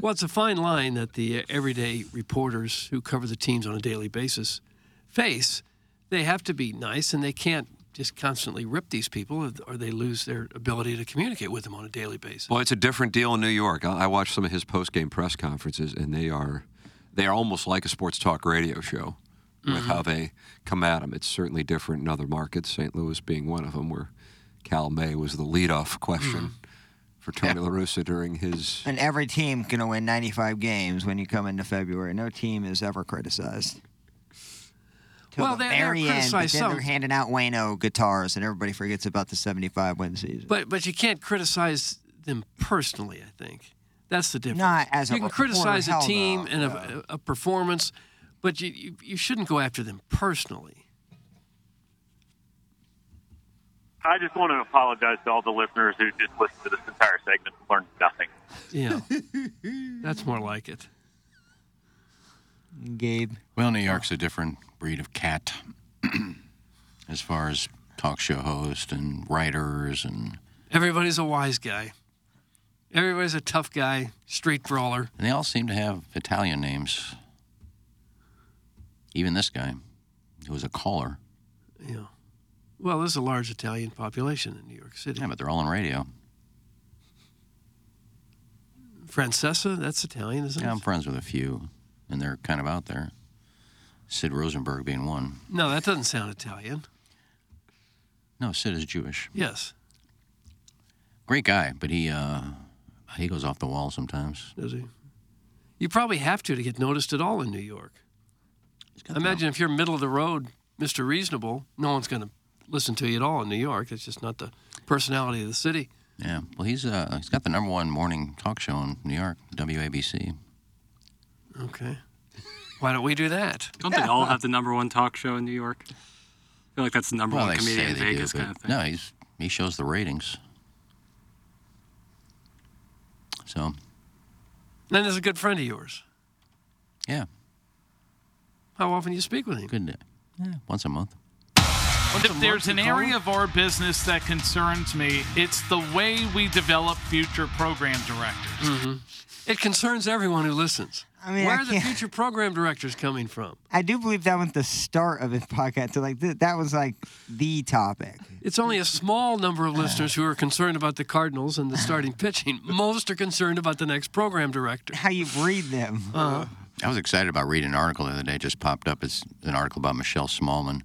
C: Well, it's a fine line that the uh, everyday reporters who cover the teams on a daily basis face. They have to be nice and they can't just constantly rip these people or they lose their ability to communicate with them on a daily basis.
B: Well, it's a different deal in New York. I, I watched some of his post-game press conferences, and they are they are almost like a sports talk radio show with
C: Mhm.
B: how they come at him. It's certainly different in other markets. St. Louis being one of them, where Cal May was the leadoff question for Tony La Russa during his.
D: And every team can win 95 games when you come into February. No team is ever criticized. Till
C: Well,
D: the
C: they- they're
D: very end, but
C: criticized
D: then
C: some.
D: they're handing out Wayno guitars, and everybody forgets about the 75 win season.
C: But but you can't criticize them personally. I think that's the difference.
D: Not as a
C: you can
D: reporter,
C: criticize a
D: hell
C: team
D: no,
C: and a, a performance, but you, you you shouldn't go after them personally.
O: I just want to apologize to all the listeners who just listened to this entire segment and learned nothing.
C: Yeah, that's more like it.
D: Gabe.
F: Well, New York's a different breed of cat (clears throat) as far as talk show hosts and writers and,
C: Everybody's a wise guy. Everybody's a tough guy, street brawler.
F: and they all seem to have Italian names. Even this guy, who was a caller.
C: Yeah. Well, there's a large Italian population in New York City.
F: Yeah, but they're all on radio.
C: Francesa, that's Italian, isn't
F: Yeah, I'm
C: it?
F: friends with a few, and they're kind of out there. Sid Rosenberg being one.
C: No, that doesn't sound Italian.
F: No, Sid is Jewish.
C: Yes.
F: Great guy, but he uh, he goes off the wall sometimes.
C: Does he? You probably have to to get noticed at all in New York. Imagine if you're middle of the road, Mr. Reasonable, no one's going to listen to you at all in New York. It's just not the personality of the city.
F: Yeah. Well, he's uh, he's got the number one morning talk show in New York, WABC.
C: Okay. Why don't we do that?
E: Don't they all have the number one talk show in New York? I feel like that's the number
F: well,
E: one
F: they
E: comedian
F: say
E: in
F: they
E: Vegas
F: do, but
E: kind of thing.
F: no, he's he shows the ratings. So
C: Then there's a good friend of yours.
F: Yeah.
C: How often do you speak with him?
F: Good. Yeah, once a month.
P: If there's an area of our business that concerns me, it's the way we develop future program directors.
C: It concerns everyone who listens.
D: I mean,
C: Where
D: I
C: are the
D: can't-
C: future program directors coming from?
D: I do believe that was the start of his podcast. So like th- that was like the topic.
C: It's only a small number of listeners who are concerned about the Cardinals (laughs) and the starting pitching. Most are concerned about the next program director.
D: How you breed them?
C: Uh-huh.
F: I was excited about reading an article the other day. It just popped up. It's an article about Michelle Smallman.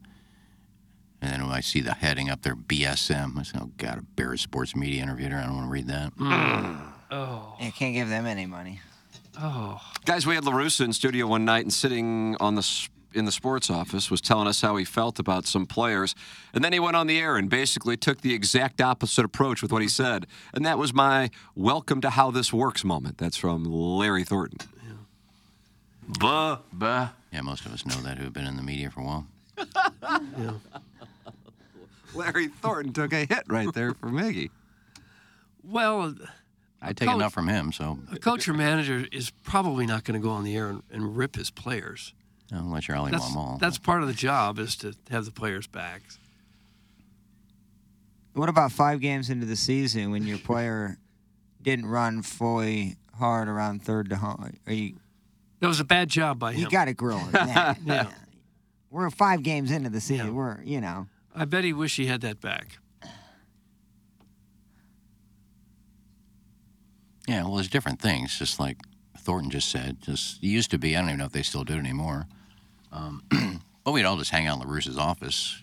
F: And then when I see the heading up there, BSM, I said, oh, God, a Bears sports media interviewer. I don't want to read that.
C: Mm.
D: Oh. You can't give them any money.
C: Oh.
B: Guys, we had LaRussa in studio one night and sitting on the s- in the sports office was telling us how he felt about some players. And then he went on the air and basically took the exact opposite approach with what he said. And that was my welcome to how this works moment. That's from Larry Thornton.
F: Buh, buh. Yeah, most of us know that who have been in the media for a while.
B: (laughs) Larry Thornton took a hit right there for Miggy.
C: Well,
F: I take
C: Coach-
F: enough from him, so
C: a coach or manager is probably not going to go on the air and, and rip his players.
F: unless you're Ali
C: That's,
F: Mamal.
C: that's part of the job is to have the players' backs.
D: What about five games into the season when your player didn't run fully hard around third to home? Are you
C: That was a bad job by him.
D: you got to grill him.
C: (laughs) yeah.
D: man. We're five games into the season. We're you know
C: I bet he wish he had that back.
F: Yeah, well, there's different things. Just like Thornton just said, just it used to be. I don't even know if they still do it anymore. Um, (clears throat) but we'd all just hang out in Larouse's office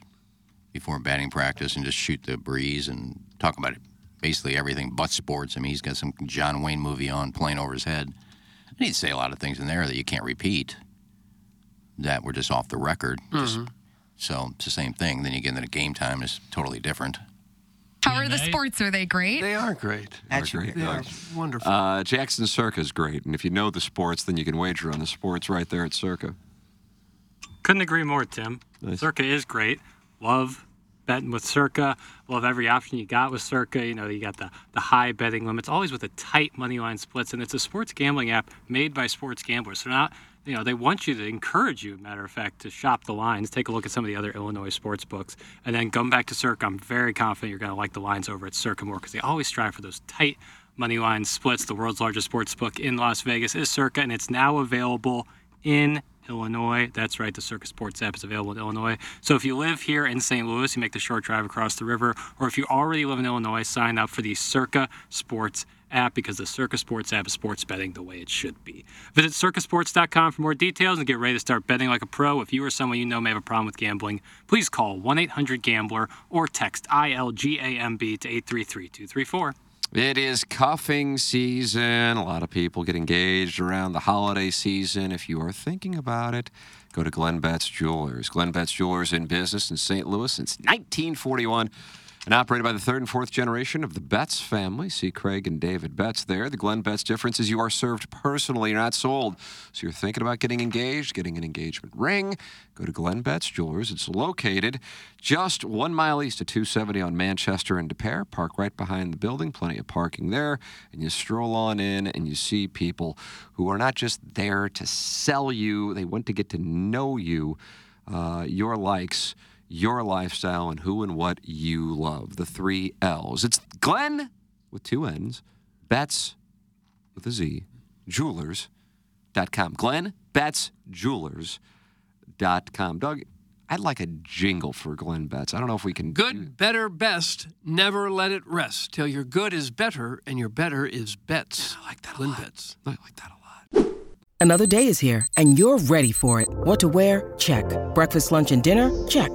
F: before batting practice and just shoot the breeze and talk about it. Basically everything but sports. I mean, he's got some John Wayne movie on playing over his head. And he'd say a lot of things in there that you can't repeat. That were just off the record. Just, so it's the same thing. Then you get into the game time is totally different.
Q: How are the sports? Are they great? They
B: are great.
D: That's
B: great.
C: They are wonderful.
B: Uh, Jackson Circa is great, and if you know the sports, then you can wager on the sports right there at Circa.
E: Couldn't agree more, Tim. Circa is great. Love betting with Circa. Love every option you got with Circa. You know, you got the, the high betting limits, always with the tight money line splits. And it's a sports gambling app made by sports gamblers. So not, you know, they want you to encourage you, matter of fact, to shop the lines, take a look at some of the other Illinois sports books, and then come back to Circa. I'm very confident you're going to like the lines over at Circa more because they always strive for those tight money line splits. The world's largest sports book in Las Vegas is Circa, and it's now available in Illinois. That's right, the Circus Sports app is available in Illinois. So if you live here in St. Louis, you make the short drive across the river, or if you already live in Illinois, sign up for the Circa Sports app because the Circa Sports app is sports betting the way it should be. Visit circasports.com for more details and get ready to start betting like a pro. If you or someone you know may have a problem with gambling, please call 1 800 Gambler or text ILGAMB to 833 234.
B: It is cuffing season. A lot of people get engaged around the holiday season. If you are thinking about it, go to Glenn Betts Jewelers. Glenn Betts Jewelers in business in St. Louis since 1941 and operated by the third and fourth generation of the Betts family. See Craig and David Betts there. The Glenn Betts difference is you are served personally, you're not sold. So you're thinking about getting engaged, getting an engagement ring. Go to Glenn Betts Jewelers. It's located just one mile east of 270 on Manchester and De Pere. Park right behind the building, plenty of parking there. And you stroll on in and you see people who are not just there to sell you, they want to get to know you, uh, your likes your lifestyle and who and what you love. The three L's. It's Glenn with two N's, Betts with a Z, jewelers.com. Glenn Betts Jewelers.com. Doug, I'd like a jingle for Glenn Betts. I don't know if we can.
C: Good, better, best. Never let it rest till your good is better and your better is bets. I like that Glenn Betts. I like that
R: Another day is here, and you're ready for it. What to wear? Check. Breakfast, lunch, and dinner? Check.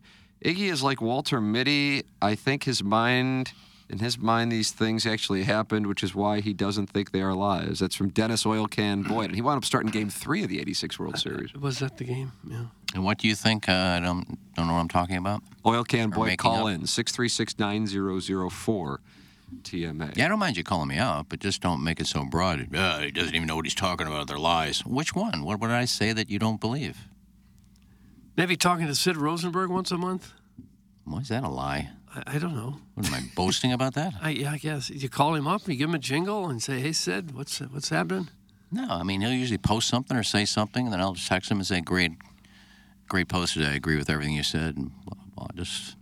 B: Iggy is like Walter Mitty. I think his mind, in his mind, these things actually happened, which is why he doesn't think they are lies. That's from Dennis Oil Can Boyd. And he wound up starting game three of the
F: (laughs)
B: 86 World Series.
C: Was that the game? Yeah.
F: And what do you think? Uh, I don't don't know what I'm talking about.
B: Oil Can
F: Or
B: Boyd,
F: making
B: call
F: up.
B: in 636 9004 TMA.
F: Yeah, I don't mind you calling me out, but just don't make it so broad. Uh, he doesn't even know what he's talking about. They're lies. Which one? What, what did I say that you don't believe?
C: Maybe talking to Sid Rosenberg once a month?
F: Why is that a lie?
C: I, I don't know.
F: What am I boasting about that?
C: I, yeah, I guess you call him up, you give him a jingle, and say, "Hey, Sid, what's what's happening?"
F: No, I mean he'll usually post something or say something, and then I'll just text him and say, "Great, great post today. I agree with everything you said." And blah blah. blah. Just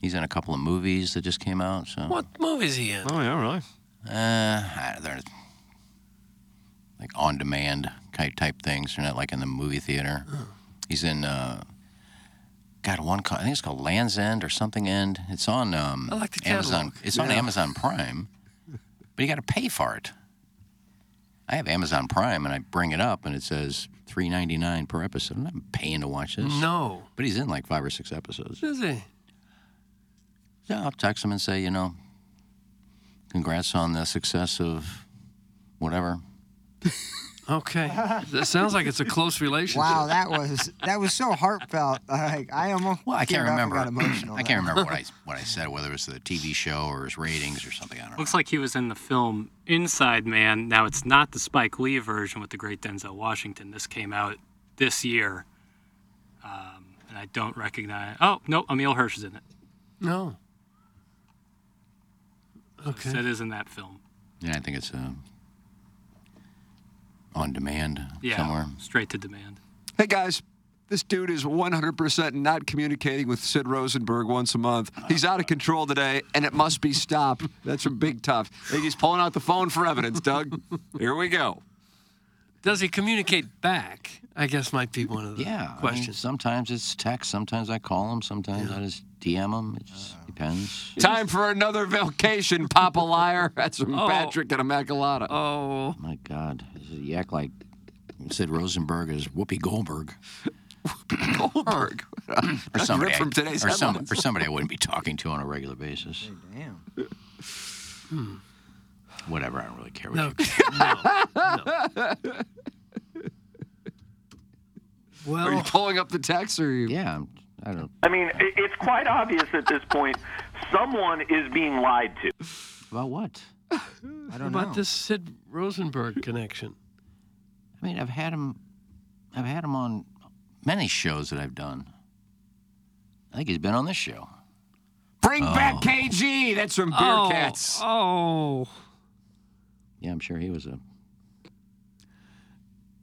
F: he's in a couple of movies that just came out. So
C: What movie is he in?
F: Oh yeah, really? Uh, they're like on demand type type things. They're not like in the movie theater. He's in. Uh, God, one called, I think it's called Land's End or something End. It's on um,
C: I like the
F: Amazon.
C: catalog.
F: It's on
C: Yeah.
F: Amazon Prime, but you got to pay for it. I have Amazon Prime, and I bring it up, and it says three ninety nine per episode. I'm not paying to watch
C: Mm.
F: this.
C: No.
F: but he's in like five or six episodes.
C: Is he?
F: Yeah, I'll text him and say, you know, congrats on the success of whatever.
C: Okay. that sounds like it's a close relationship.
D: Wow, Oh, that was that was so heartfelt. Like I almost
F: Well, I can't
D: teared up and
F: remember.
D: got emotional
F: (clears throat) I can't remember
D: (laughs)
F: what I what I said, whether it was the TV show or his ratings or something. I don't
E: Looks like he was in the film Inside Man. Now it's not the Spike Lee version with the great Denzel Washington. This came out this year, um, and I don't recognize. Oh no, Emil Hirsch is in it.
C: No.
E: Okay, so it is in that film.
F: know. Yeah, I think it's a um, on demand
E: Yeah,
F: somewhere.
E: straight to demand.
B: Hey guys, this dude is 100% not communicating with Sid Rosenberg once a month. He's out of control today, and it must be stopped. That's from Big Tough. I think he's pulling out the phone for evidence, Doug. Here we go.
C: Does he communicate back? I guess might be one of the
F: Yeah. I mean,
C: questions.
F: sometimes it's text. Sometimes I call them. Sometimes I just DM them. It just
D: Uh.
F: depends.
B: Time for another vacation, Papa Liar. That's from
F: Oh.
B: Patrick and Immaculata.
C: Oh.
F: My God, you act like Sid Rosenberg is Whoopi Goldberg.
B: Goldberg.
F: Oh. or somebody,
B: Ripped from
F: I-
B: today's
F: or, some,
B: headlines.
F: or somebody I wouldn't be talking to on a regular basis.
D: Damn.
B: Hmm.
F: Whatever, I don't really care. What
C: No.
F: you
C: Well,
B: are you pulling up the text, or you?
F: Oh. Yeah, I'm, I don't.
S: I mean, i- it's quite obvious at this point someone is being lied to.
F: About what?
D: I
C: What
F: don't
C: about
F: know.
C: this Sid Rosenberg connection?
F: I mean, I've had him. I've had him on many shows that I've done. I think he's been on this show.
B: Bring
F: Oh.
B: back KG. That's from
F: Oh,
B: Bearcats.
C: Oh.
F: Yeah, I'm sure he was a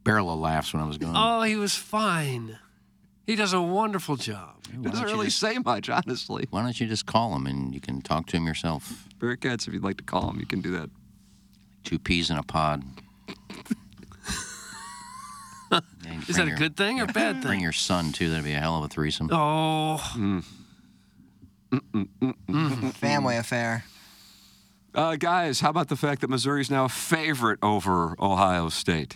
F: barrel of laughs when I was going.
C: Oh, he was fine. He does a wonderful job.
F: doesn't really
B: say much, honestly.
F: Why don't you just call him and you can talk to him yourself?
B: Bearcats, if you'd like to call him, you can do that.
F: Two peas in a
C: (laughs)
F: pod. And
C: Is
F: bring
C: that a
F: your-
C: good thing or a bad
F: Bring
C: thing?
F: your son too. That'd be a hell of a
D: (laughs)
F: threesome.
C: Oh.
D: Family affair.
B: Uh, guys, how about the fact that Missouri's now a favorite over Ohio State?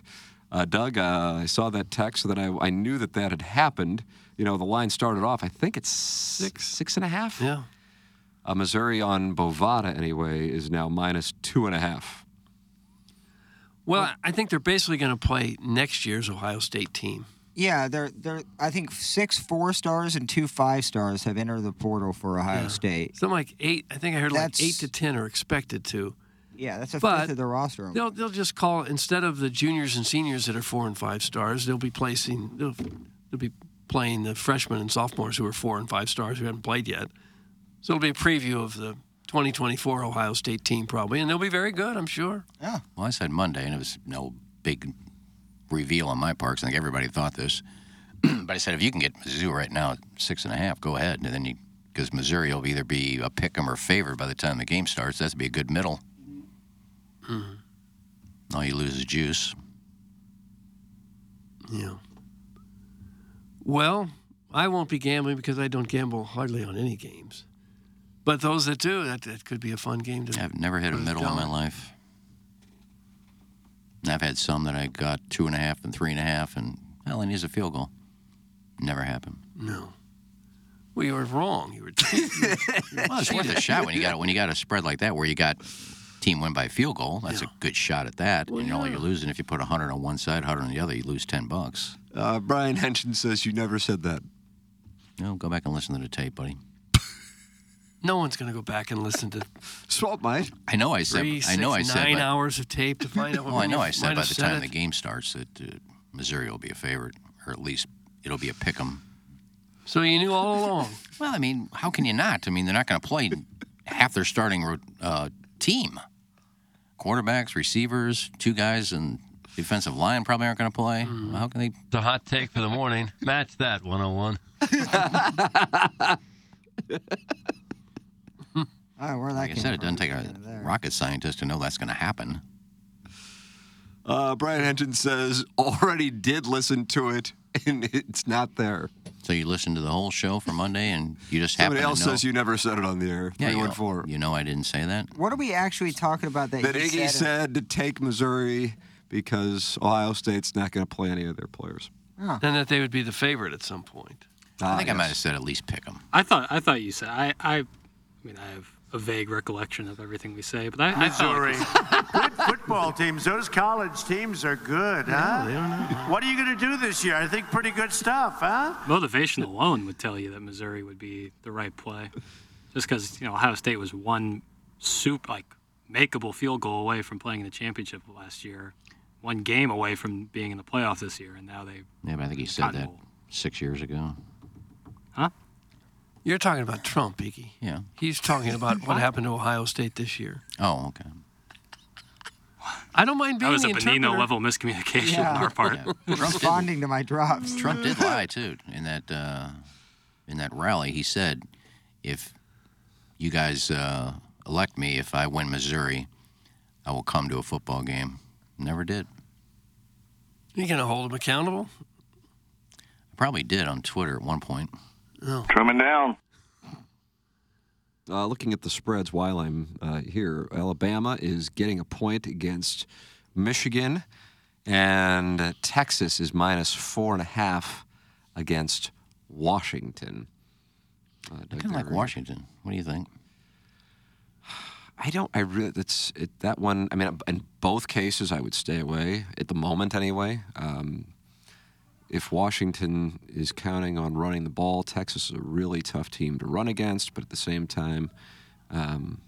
B: Uh, Doug, uh, I saw that text, so that I, I knew that that had happened. You know, the line started off, I think it's six, six and a half.
C: Yeah.
B: Uh, Missouri on Bovada, anyway, is now minus two and a half.
C: Well, I think they're basically going to play next year's Ohio State team.
D: Yeah, they're, they're, I think six four stars and two five stars have entered the portal for Ohio
C: Yeah.
D: State.
C: Something like eight. I think I heard
D: That's-
C: like eight to ten are expected to.
D: Yeah, that's a
C: But
D: fifth of the roster.
C: They'll they'll just call instead of the juniors and seniors that are four and five stars. They'll be placing they'll, they'll be playing the freshmen and sophomores who are four and five stars who haven't played yet. So it'll be a preview of the 2024 Ohio State team probably, and they'll be very good, I'm sure.
D: Yeah.
F: Well, I said Monday, and it was no big reveal on my part. 'cause I think everybody thought this. (clears throat) but I said, if you can get Mizzou right now at six and a half, go ahead. And then you, because Missouri will either be a pick 'em or favored by the time the game starts. That'd be a good middle. All you lose is juice.
C: Yeah. Well, I won't be gambling because I don't gamble hardly on any games. But those that do, that, that could be a fun game to.
F: I've never hit a
C: Who's
F: middle in my
C: going?
F: life. And I've had some that I got two and a half and three and a half, and well, it needs a field goal. Never happened.
C: No. Well, you were wrong. You were.
F: (laughs) Well, it's worth a shot (laughs) when you got when you got a spread like that where you got team win by field goal. That's a good shot at that. and all you're losing if you put 100 on one side, 100 on the other, you lose 10 bucks.
B: Uh, Brian Henson says you never said that.
F: No, go back and listen to the tape, buddy.
C: No one's going to go back and listen to
B: Swap mate.
F: I know I said.
C: three,
F: I know
C: six,
F: I said.
C: nine
F: by-
C: hours of tape to
F: (laughs)
C: find out. what
F: well, I know
C: we
F: I said
C: might
F: by
C: have
F: the time the
C: it.
F: game starts that uh, Missouri will be a favorite, or at least it'll be a pick 'em.
C: So you knew all along.
F: well, I mean, how can you not? I mean, they're not going to play half their starting ro- uh, team. Quarterbacks, receivers, two guys, and defensive line probably aren't going to play.
C: Mm-hmm.
F: How can they?
T: (laughs) The hot take for the morning. Match that 101.
D: All right, Ah, where that
F: Like I
D: came
F: said, it
D: from.
F: doesn't take a rocket scientist to know that's going
U: (laughs)
F: to happen.
B: Uh, Brian Henson says already did listen to it, (laughs) and it's not there.
F: So you listened to the whole show for Monday, and you just happen
B: Somebody else
F: to know.
B: says you never said it on the air.
F: yeah, you,
B: 314.
F: you know I didn't say that.
D: What are we actually talking about that,
B: that
D: you
B: Iggy
D: said?
B: said to take Missouri because Ohio State's not going to play any of their players. Ah,
D: Oh.
C: And that they would be the favorite at some point.
B: I think I might
F: have said at least pick them.
E: I thought I thought you said I I, I mean I have a vague recollection of everything we say, but I, I felt like
U: Missouri. good football teams. Those college teams are good, huh? What are you going to do this year? I think pretty good stuff, huh?
E: motivation alone would tell you that Missouri would be the right play, just because you know Ohio State was one soup like makeable field goal away from playing in the championship last year, one game away from being in the playoff this year, and now they
F: Yeah, but I think he said that six years ago.
C: You're talking about Trump, Iggy.
F: Yeah.
T: (laughs)
C: He's talking about what happened to Ohio State this year.
F: Oh, okay.
C: I don't mind
E: That
C: being
E: was a
C: the interpreter.
E: Benino level miscommunication on our part.
D: (laughs) Responding to my drops.
F: Trump did lie too in that uh, in that rally. He said, "If you guys uh, elect me, if I win Missouri, I will come to a football game." Never did.
C: You gonna hold him accountable?
F: I probably did on Twitter at one point.
O: Coming down.
B: Uh, looking at the spreads while I'm uh, here, Alabama is getting a point against Michigan, and uh, Texas is minus four and a half against Washington. Uh, I
F: kinda like Washington. What do you think?
B: I don't. I really. That's it, that one. I mean, in both cases, I would stay away at the moment anyway. Um, if Washington is counting on running the ball, Texas is a really tough team to run against. But at the same time, um,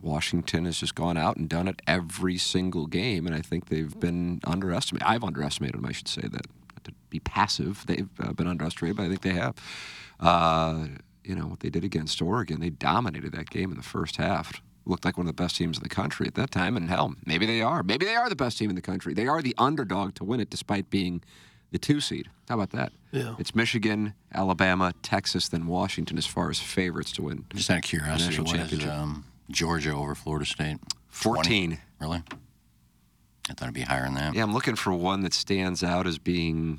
B: Washington has just gone out and done it every single game, and I think they've been underestimated. I've underestimated them, I should say that. Not To be passive, they've uh, been underestimated, but I think they have. Uh, you know what they did against Oregon? They dominated that game in the first half. Looked like one of the best teams in the country at that time, and hell, maybe they are. Maybe they are the best team in the country. They are the underdog to win it, despite being the two seed. How about that?
C: Yeah.
B: It's Michigan, Alabama, Texas, then Washington as far as favorites to win.
F: Just out of
B: the
F: curiosity,
B: national
F: what is
B: championship.
F: um, Georgia over Florida State?
B: 14.
F: 20? Really? I thought it'd be higher than that.
B: Yeah, I'm looking for one that stands out as being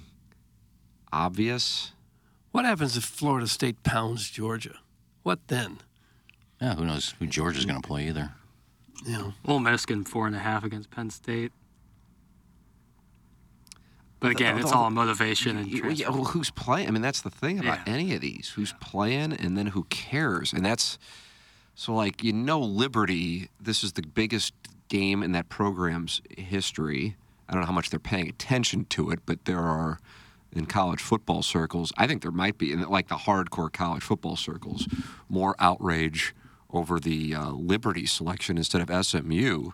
B: obvious.
C: What happens if Florida State pounds Georgia? What then?
F: Yeah, who knows who Georgia's going to play either.
C: Yeah.
E: Ole Miss getting four and a half against Penn State. But again, it's all motivation and
B: Yeah, well, yeah,
E: transfer.
B: well, who's playing? I mean, that's the thing about any of these: who's playing, and then who cares? And that's so like you know, Liberty. This is the biggest game in that program's history. I don't know how much they're paying attention to it, but there are in college football circles. I think there might be in like the hardcore college football circles more outrage over the uh, Liberty selection instead of SMU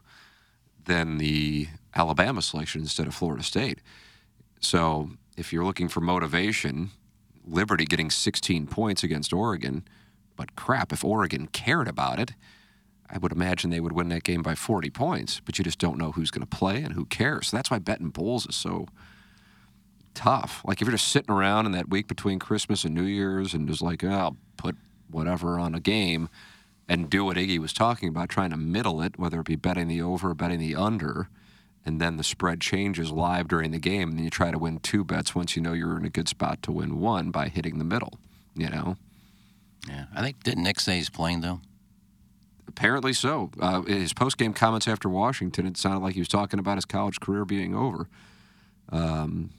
B: than the Alabama selection instead of Florida State. So if you're looking for motivation, Liberty getting 16 points against Oregon, but crap, if Oregon cared about it, I would imagine they would win that game by 40 points, but you just don't know who's going to play and who cares. So that's why betting bowls is so tough. Like if you're just sitting around in that week between Christmas and New Year's and just like, oh, I'll put whatever on a game and do what Iggy was talking about, trying to middle it, whether it be betting the over or betting the under and then the spread changes live during the game, and you try to win two bets once you know you're in a good spot to win one by hitting the middle. You know,
F: Yeah, I think didn't Nick say he's playing though?
B: apparently so. Uh, his post-game comments after Washington, it sounded like he was talking about his college career being over. Um,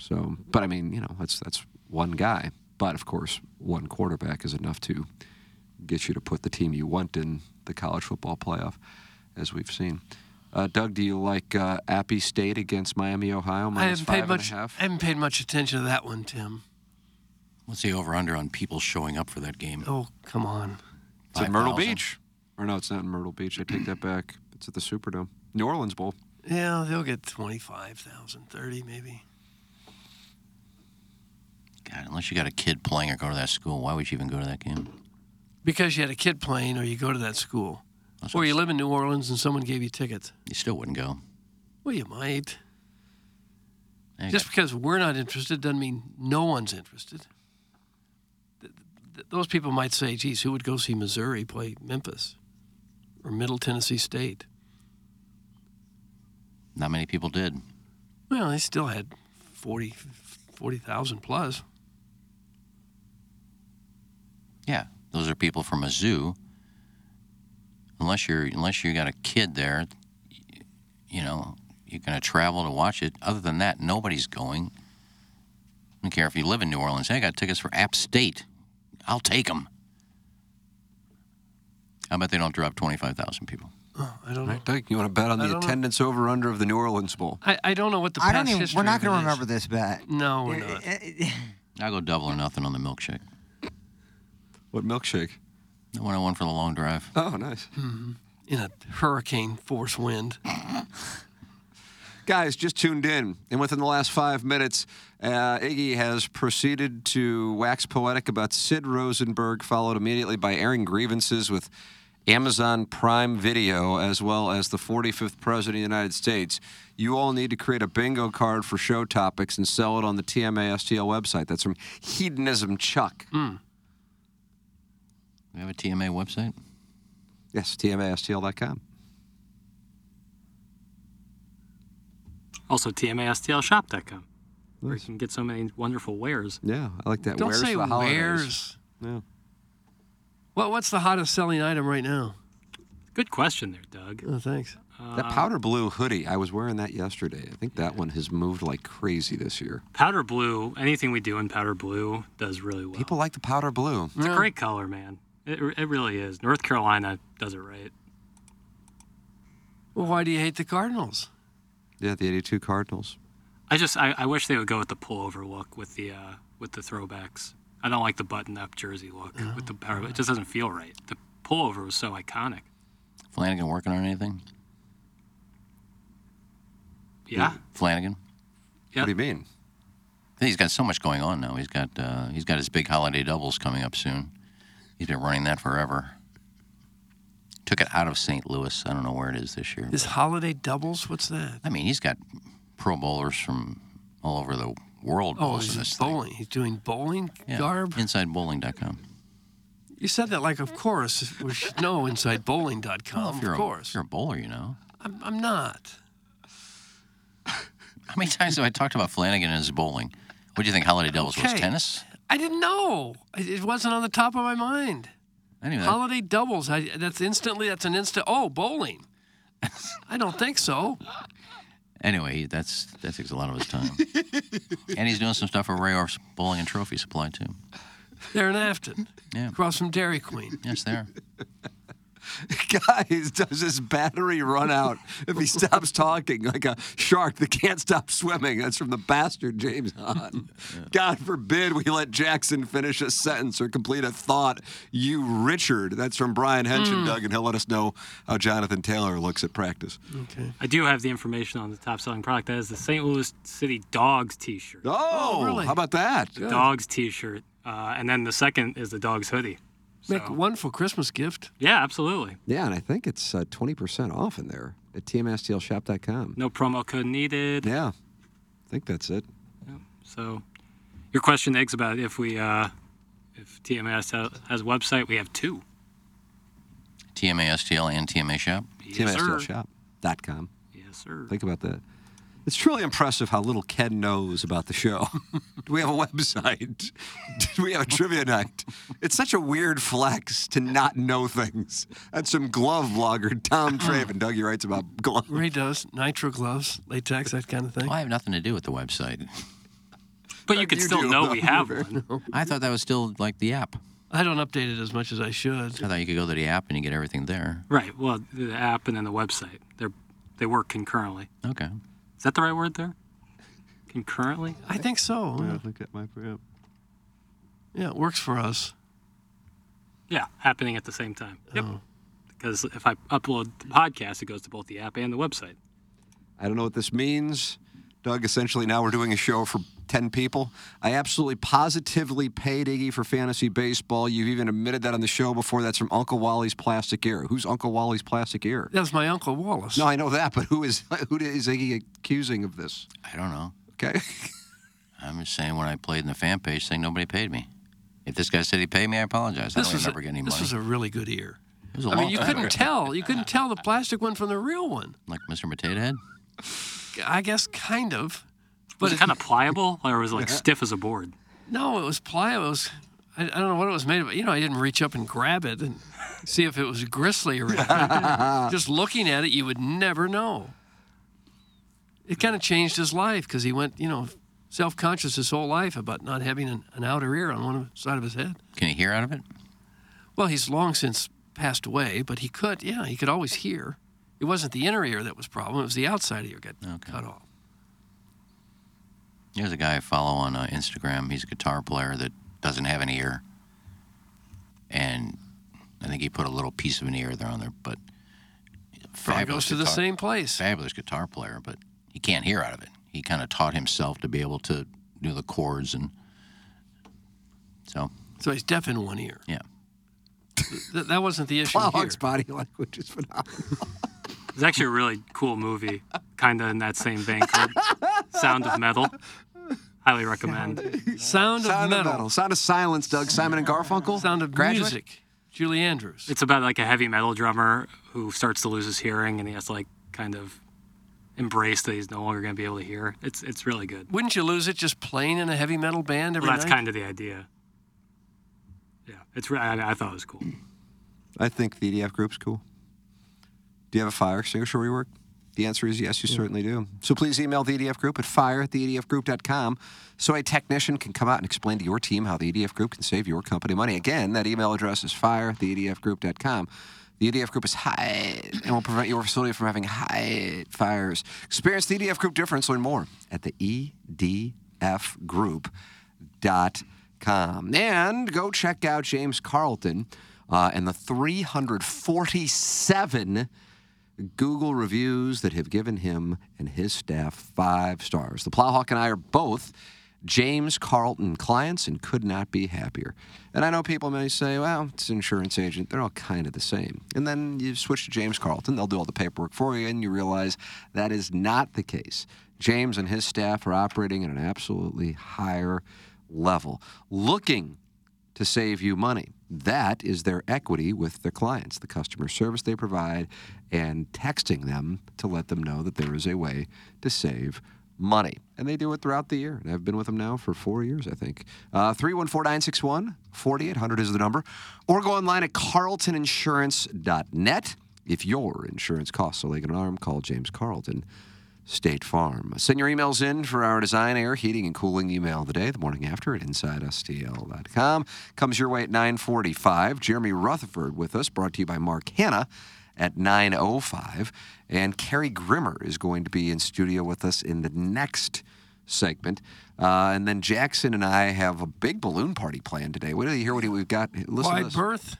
B: so, but I mean, you know, that's that's one guy. But of course, one quarterback is enough to get you to put the team you want in the college football playoff, as we've seen. Uh, Doug, do you like uh, Appy State against Miami, Ohio?
C: I
B: Minus
C: haven't
B: five
C: paid
B: and a
C: much. I
B: half?
C: haven't paid much attention to that one, Tim.
F: What's the over/under on people showing up for that game?
C: Oh, come on!
B: It's at Myrtle Beach. Or no, it's not in Myrtle Beach. I take that back. It's at the Superdome. New Orleans Bowl.
C: Yeah, they'll get 25,000, 30 maybe.
F: God, unless you got a kid playing or go to that school, why would you even go to that game?
C: Because you had a kid playing, or you go to that school, or you live in New Orleans and someone gave you tickets.
F: You still wouldn't go.
C: Well, you might.
F: There you
C: Just because we're not interested doesn't mean no one's interested. Th- th- Those people might say, geez, who would go see Missouri play Memphis or Middle Tennessee State?
F: Not many people did.
C: Well, they still had 40 40,000 plus.
F: Yeah, those are people from a zoo. Unless you're unless you got a kid there, y- you know you're gonna travel to watch it. Other than that, nobody's going. I don't care if you live in New Orleans. Hey, I got tickets for App State. I'll take them. I bet they don't drop twenty five thousand people.
C: Oh, I don't
B: All right, Doug, you want to bet on
C: I
B: the
C: don't know.
B: attendance over under of the New Orleans Bowl?
C: I, I don't know what the
D: I
C: past
D: don't even.
C: history
D: We're not
C: of it
D: going to
C: is.
D: remember this Eh, bet.
C: No, we're not.
F: I'll go double or nothing on the milkshake.
B: What milkshake?
F: The one I won for the long drive.
B: Oh, nice.
C: In a hurricane force wind.
B: Guys, just tuned in, and within the last five minutes, uh, Iggy has proceeded to wax poetic about Sid Rosenberg, followed immediately by airing grievances with Amazon Prime Video, as well as the 45th President of the United States. You all need to create a bingo card for show topics and sell it on the TMASTL website. That's from Hedonism Chuck.
D: We have a TMA website?
B: Yes, TMASTL.com.
E: Also, TMASTLshop.com, where you can get so many wonderful wares.
B: Yeah, I like that.
E: Don't
B: Where's
E: say
B: the holidays?
E: where's.
B: Yeah.
C: Well, what's the hottest selling item right now?
E: Good question there, Doug.
C: Oh, thanks.
B: That powder blue hoodie, I was wearing that yesterday. I think that one has moved like crazy this year.
E: Powder blue, anything we do in powder blue does really well.
B: People like the powder blue.
E: It's a great color, man. It, it really is. North Carolina does it right.
C: Well, why do you hate the Cardinals?
B: Yeah, the 82 Cardinals.
E: I just I, I wish they would go with the pullover look with the uh, with the throwbacks. I don't like the button-up jersey look
B: Oh.
E: with the powder. It just doesn't feel right. The pullover was so iconic.
D: Flanagan working on anything?
E: Yeah.
D: Flanagan.
E: Yeah. What do
B: you mean? (laughs)
D: He's got so much going on now. He's got uh, he's got his big holiday doubles coming up soon. He's been running that forever. Took it out of St. Louis. I don't know where it is this year.
C: Is holiday doubles? What's that?
D: I mean, he's got Pro Bowlers from all over the world.
C: Oh,
D: posting
C: he's
D: this
C: bowling. He's doing bowling garb.
D: InsideBowling.com.
C: You said that like, of course, we should know InsideBowling.com.
D: Well, if you're
C: Oh, of
D: a-
C: course,
D: you're a bowler, you know.
C: I'm, I'm not.
D: How many times have I talked about Flanagan and his bowling? What do you think Holiday Doubles was?
C: Okay.
D: Tennis?
C: I didn't know. It it wasn't on the top of my mind.
D: Anyway,
C: Holiday doubles. I, that's instantly. That's an instant. Oh,
D: (laughs)
C: bowling. I don't think so.
D: anyway, that's that takes a lot of
C: (laughs)
D: his time. and he's doing some stuff for Ray Orff's Bowling and Trophy Supply too.
C: They're in Afton,
D: Yeah.
C: across from Dairy
D: (laughs)
C: Queen.
D: Yes, there.
B: Guys, does his battery run out if he stops talking like a shark that can't stop swimming? That's from the bastard James
E: (laughs)
B: Hahn. God forbid we let Jackson finish a sentence or complete a thought. You, Richard. That's from Brian Henson,
E: Mm.
B: Doug, and he'll let us know how Jonathan Taylor looks at practice.
E: Hmm.
C: Okay.
E: I do have the information on the top-selling product. That is the St. Louis City Dogs T-shirt.
B: Oh, how about that?
E: The Dogs T-shirt, uh, and then the second is the Dogs hoodie.
C: Make a wonderful Christmas gift.
E: Yeah, absolutely.
B: Yeah, and I think it's uh, 20% off in there at tmstlshop.com.
E: No promo code needed.
B: Yeah, I think that's it.
E: So, your question, Eggs, about if we, uh, if TMS ha- has a website, we have two.
D: TMASTL and TMA Shop.
E: Yes, sir.
B: tmstlshop.com.
E: Yes, sir.
B: Think about that. It's truly impressive how little Ken knows about the show. (laughs) Do we have a website? Do we have a trivia night? It's such a weird flex to not know things. That's some glove blogger,
E: (clears throat)
B: Tom Traven. Dougie writes about gloves.
C: Ray does nitro gloves, latex, that kind of thing.
D: I have nothing to do with the website.
E: But you could still know we have one.
D: I thought that was still like the app.
C: I don't update it as much as I should.
D: I thought you could go to the app and you get everything there.
E: Right. Well, the app and then the website. They're they work concurrently.
D: Okay.
E: Is that the right word there? Concurrently.
C: I think so. Yeah,
B: think that might be it.
C: Yeah, it works for us.
E: Yeah, happening at the same time. Yep. Because if I upload the podcast, it goes to both the app and the website.
B: I don't know what this means. Doug, essentially now we're doing a show for 10 people. I absolutely positively paid Iggy for fantasy baseball. You've even admitted that on the show before. That's from Uncle Wally's Plastic Ear. Who's Uncle Wally's Plastic Ear?
C: That was my uncle Wallace.
B: No, I know that, (laughs) but who is who is Iggy accusing of this?
D: I don't know.
B: Okay.
D: I'm just saying when I played in the fan page thing, nobody paid me. If this guy said he paid me, I apologize. I
C: This
D: don't
C: was a-
D: ever get any
C: this
D: money.
C: was a really good ear.
D: It was a
C: I
D: long
C: mean, you
D: time ago.
C: couldn't tell. You couldn't tell the plastic one from the real one.
D: Like Mr. Potato Head?
C: I guess kind of.
E: Was
C: But
E: it kind of pliable, or was it like stiff as a board?
C: No, it was pliable. It was, I, I don't know what it was made of. You know, I didn't reach up and grab it and see if it was gristly or
D: (laughs)
C: anything. Just looking at it, you would never know. It kind of changed his life because he went, you know, self-conscious his whole life about not having an, an outer ear on one side of his head.
D: Can you hear out of it?
C: Well, he's long since passed away, but he could, yeah, he could always hear. It wasn't the inner ear that was problem; it was the outside ear got cut off.
D: There's a guy I follow on uh, Instagram. He's a guitar player that doesn't have an ear, and I think he put a little piece of an ear there on there. But he's a
C: goes to the same place.
D: Fabulous guitar player, but he can't hear out of it. He kind of taught himself to be able to do the chords, and so
C: So he's deaf in one ear.
D: Yeah.
C: Th- that wasn't
B: (laughs)
C: the issue. here.
B: Plowhawk's body language is phenomenal.
E: It's actually a really cool movie, kind of in that same vein. called Sound of Metal. Highly recommend.
C: Sound,
B: Sound of metal. Sound of silence, Doug. Simon and Garfunkel.
C: Sound of
B: Graduate?
C: music. Julie Andrews.
E: It's about like a heavy metal drummer who starts to lose his hearing, and he has to like kind of embrace that he's no longer going to be able to hear. It's it's really good.
C: Wouldn't you lose it just playing in a heavy metal band every
E: Well, that's
C: night?
E: kind of the idea. Yeah, it's. re- I, I thought it was cool.
B: I think the EDF group's cool. Do you have a fire extinguisher where you work? The answer is yes, you certainly do. So please email the EDF group at fire at the edfgroup.com so a technician can come out and explain to your team how the EDF group can save your company money. Again, that email address is fire at the E edfgroup.com. The EDF group is high and will prevent your facility from having high fires. Experience the EDF group difference. Learn more at the EDF group com. And go check out James Carlton uh, and the 347 Google reviews that have given him and his staff five stars. The Plowhawk and I are both James Carlton clients and could not be happier. And I know people may say, well, it's an insurance agent. They're all kind of the same. And then you switch to James Carlton. They'll do all the paperwork for you, and you realize that is not the case. James and his staff are operating at an absolutely higher level, looking to save you money. That is their equity with their clients, the customer service they provide, and texting them to let them know that there is a way to save money. And they do it throughout the year. And I've been with them now for four years, I think. Uh, 314 961 4800 is the number. Or go online at carltoninsurance.net. If your insurance costs a leg and an arm, call James Carlton. State Farm. Send your emails in for our design, air, heating, and cooling email of the day, the morning after at InsideSTL.com. Comes your way at 945. Jeremy Rutherford with us, brought to you by Mark Hanna at 905. And Carrie Grimmer is going to be in studio with us in the next segment. Uh, and then Jackson and I have a big balloon party planned today. What do you hear? What do we've got? Listen to this.
C: birth?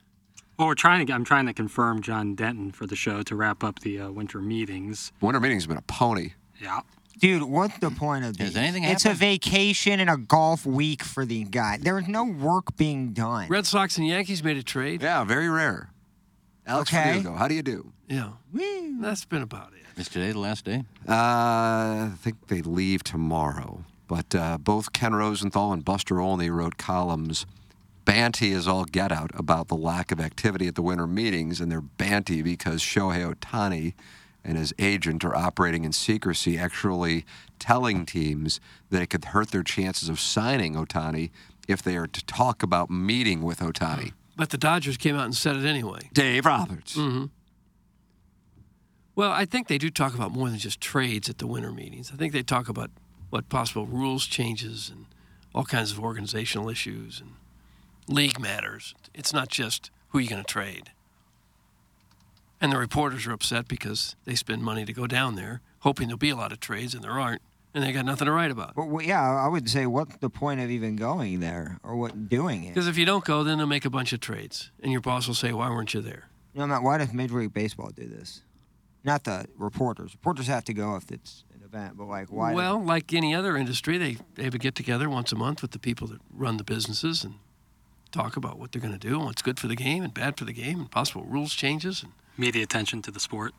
E: Well, we're trying to. get- I'm trying to confirm John Denton for the show to wrap up the uh, winter meetings.
B: Winter meetings been a pony.
E: Yeah.
D: Dude, what's the point of this?
E: anything
D: it's a
E: happen?
D: vacation and a golf week for the guy. There is no work being done.
C: Red Sox and Yankees made a trade.
B: Yeah, very rare. Alex
D: Okay.
B: Verdugo, how do you do?
C: Yeah. That's been about it.
B: Is today the last day? Uh, I think they leave tomorrow. But uh, both Ken Rosenthal and Buster Olney wrote columns. Banty is all get out about the lack of activity at the winter meetings, and they're banty because Shohei Otani and his agent are operating in secrecy, actually telling teams that it could hurt their chances of signing Otani if they are to talk about meeting with Otani.
C: But the Dodgers came out and said it anyway.
B: Dave Roberts.
C: hmm Well, I think they do talk about more than just trades at the winter meetings. I think they talk about what possible rules changes and all kinds of organizational issues and league matters. It's not just who you're going to trade. And the reporters are upset because they spend money to go down there, hoping there'll be a lot of trades, and there aren't, and they got nothing to write about.
D: But well, yeah, I would say what's the point of even going there or what doing it?
C: Because if you don't go, then they'll make a bunch of trades, and your boss will say, "Why weren't you there?"
D: You know, Matt, why does Major League Baseball do this? Not the reporters. Reporters have to go if it's an event, but like why? do-
C: well, like any other industry, they they would get together once a month with the people that run the businesses and talk about what they're going to do, and what's good for the game and bad for the game, and possible rules changes. And
E: media attention to the sport.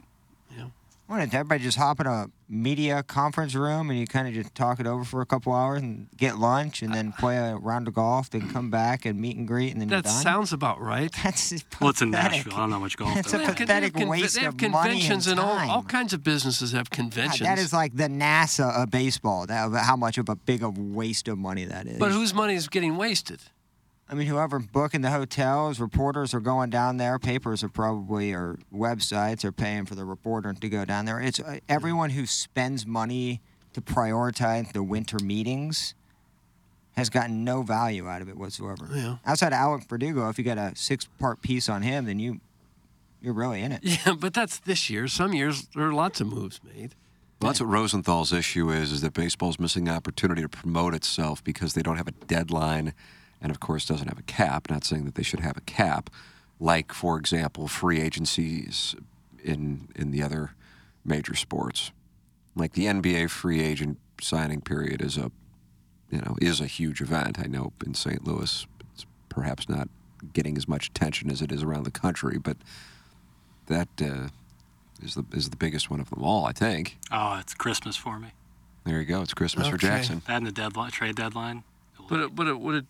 D: Why didn't everybody just hop in a media conference room and you kind of just talk it over for a couple hours and get lunch and then play a round of golf, then come back and meet and greet and then
C: That
D: you're done?
C: sounds about right.
D: (laughs) That's
E: Well, it's in Nashville. I don't know much golf.
D: That's a
E: though.
D: pathetic
C: They have
D: waste
C: they have
D: of money and
C: conventions
D: time.
C: all, all kinds of businesses have
D: God,
C: conventions.
D: that is like the NASA of baseball. That, how much of a big of waste of money that is.
C: but whose money is getting wasted? (laughs)
D: I mean, whoever booking the hotels, reporters are going down there. Papers are probably or websites are paying for the reporter to go down there. It's uh, everyone who spends money to prioritize the winter meetings has gotten no value out of it whatsoever.
C: Yeah.
D: Outside of Alec Verdugo, if you got a six-part piece on him, then you you're really in it.
C: Yeah, but that's this year. Some years there are lots of moves made.
B: Well, that's what Rosenthal's issue is: is that baseball's missing the opportunity to promote itself because they don't have a deadline, and of course doesn't have a cap. Not saying that they should have a cap, like for example, free agencies in in the other major sports, like the NBA free agent signing period is a you know is a huge event. I know in St. Louis, it's perhaps not getting as much attention as it is around the country, but that uh, is the is the biggest one of them all, I think.
E: Oh, it's Christmas for me.
B: There you go. It's Christmas for
E: Okay.
B: Jackson.
E: That and the deadline, trade deadline.
C: But it, but it, would it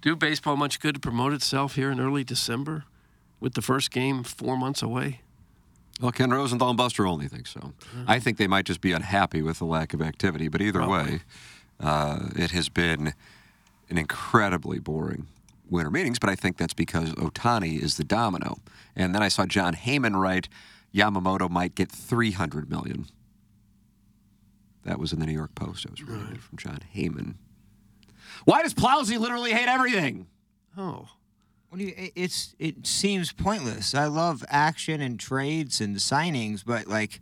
C: do baseball much good to promote itself here in early December, with the first game four months away?
B: Well, Ken Rosenthal and Buster only think so. I think they might just be unhappy with the lack of activity. But either way, uh, it has been an incredibly boring winter meetings. But I think that's because Otani is the domino. And then I saw John Heyman write Yamamoto might get 300 million. That was in the New York Post. I was reading it from John Heyman. Why does Plowsy literally hate everything?
C: Oh.
D: What do you, it- it's it seems pointless. I love action and trades and signings, but like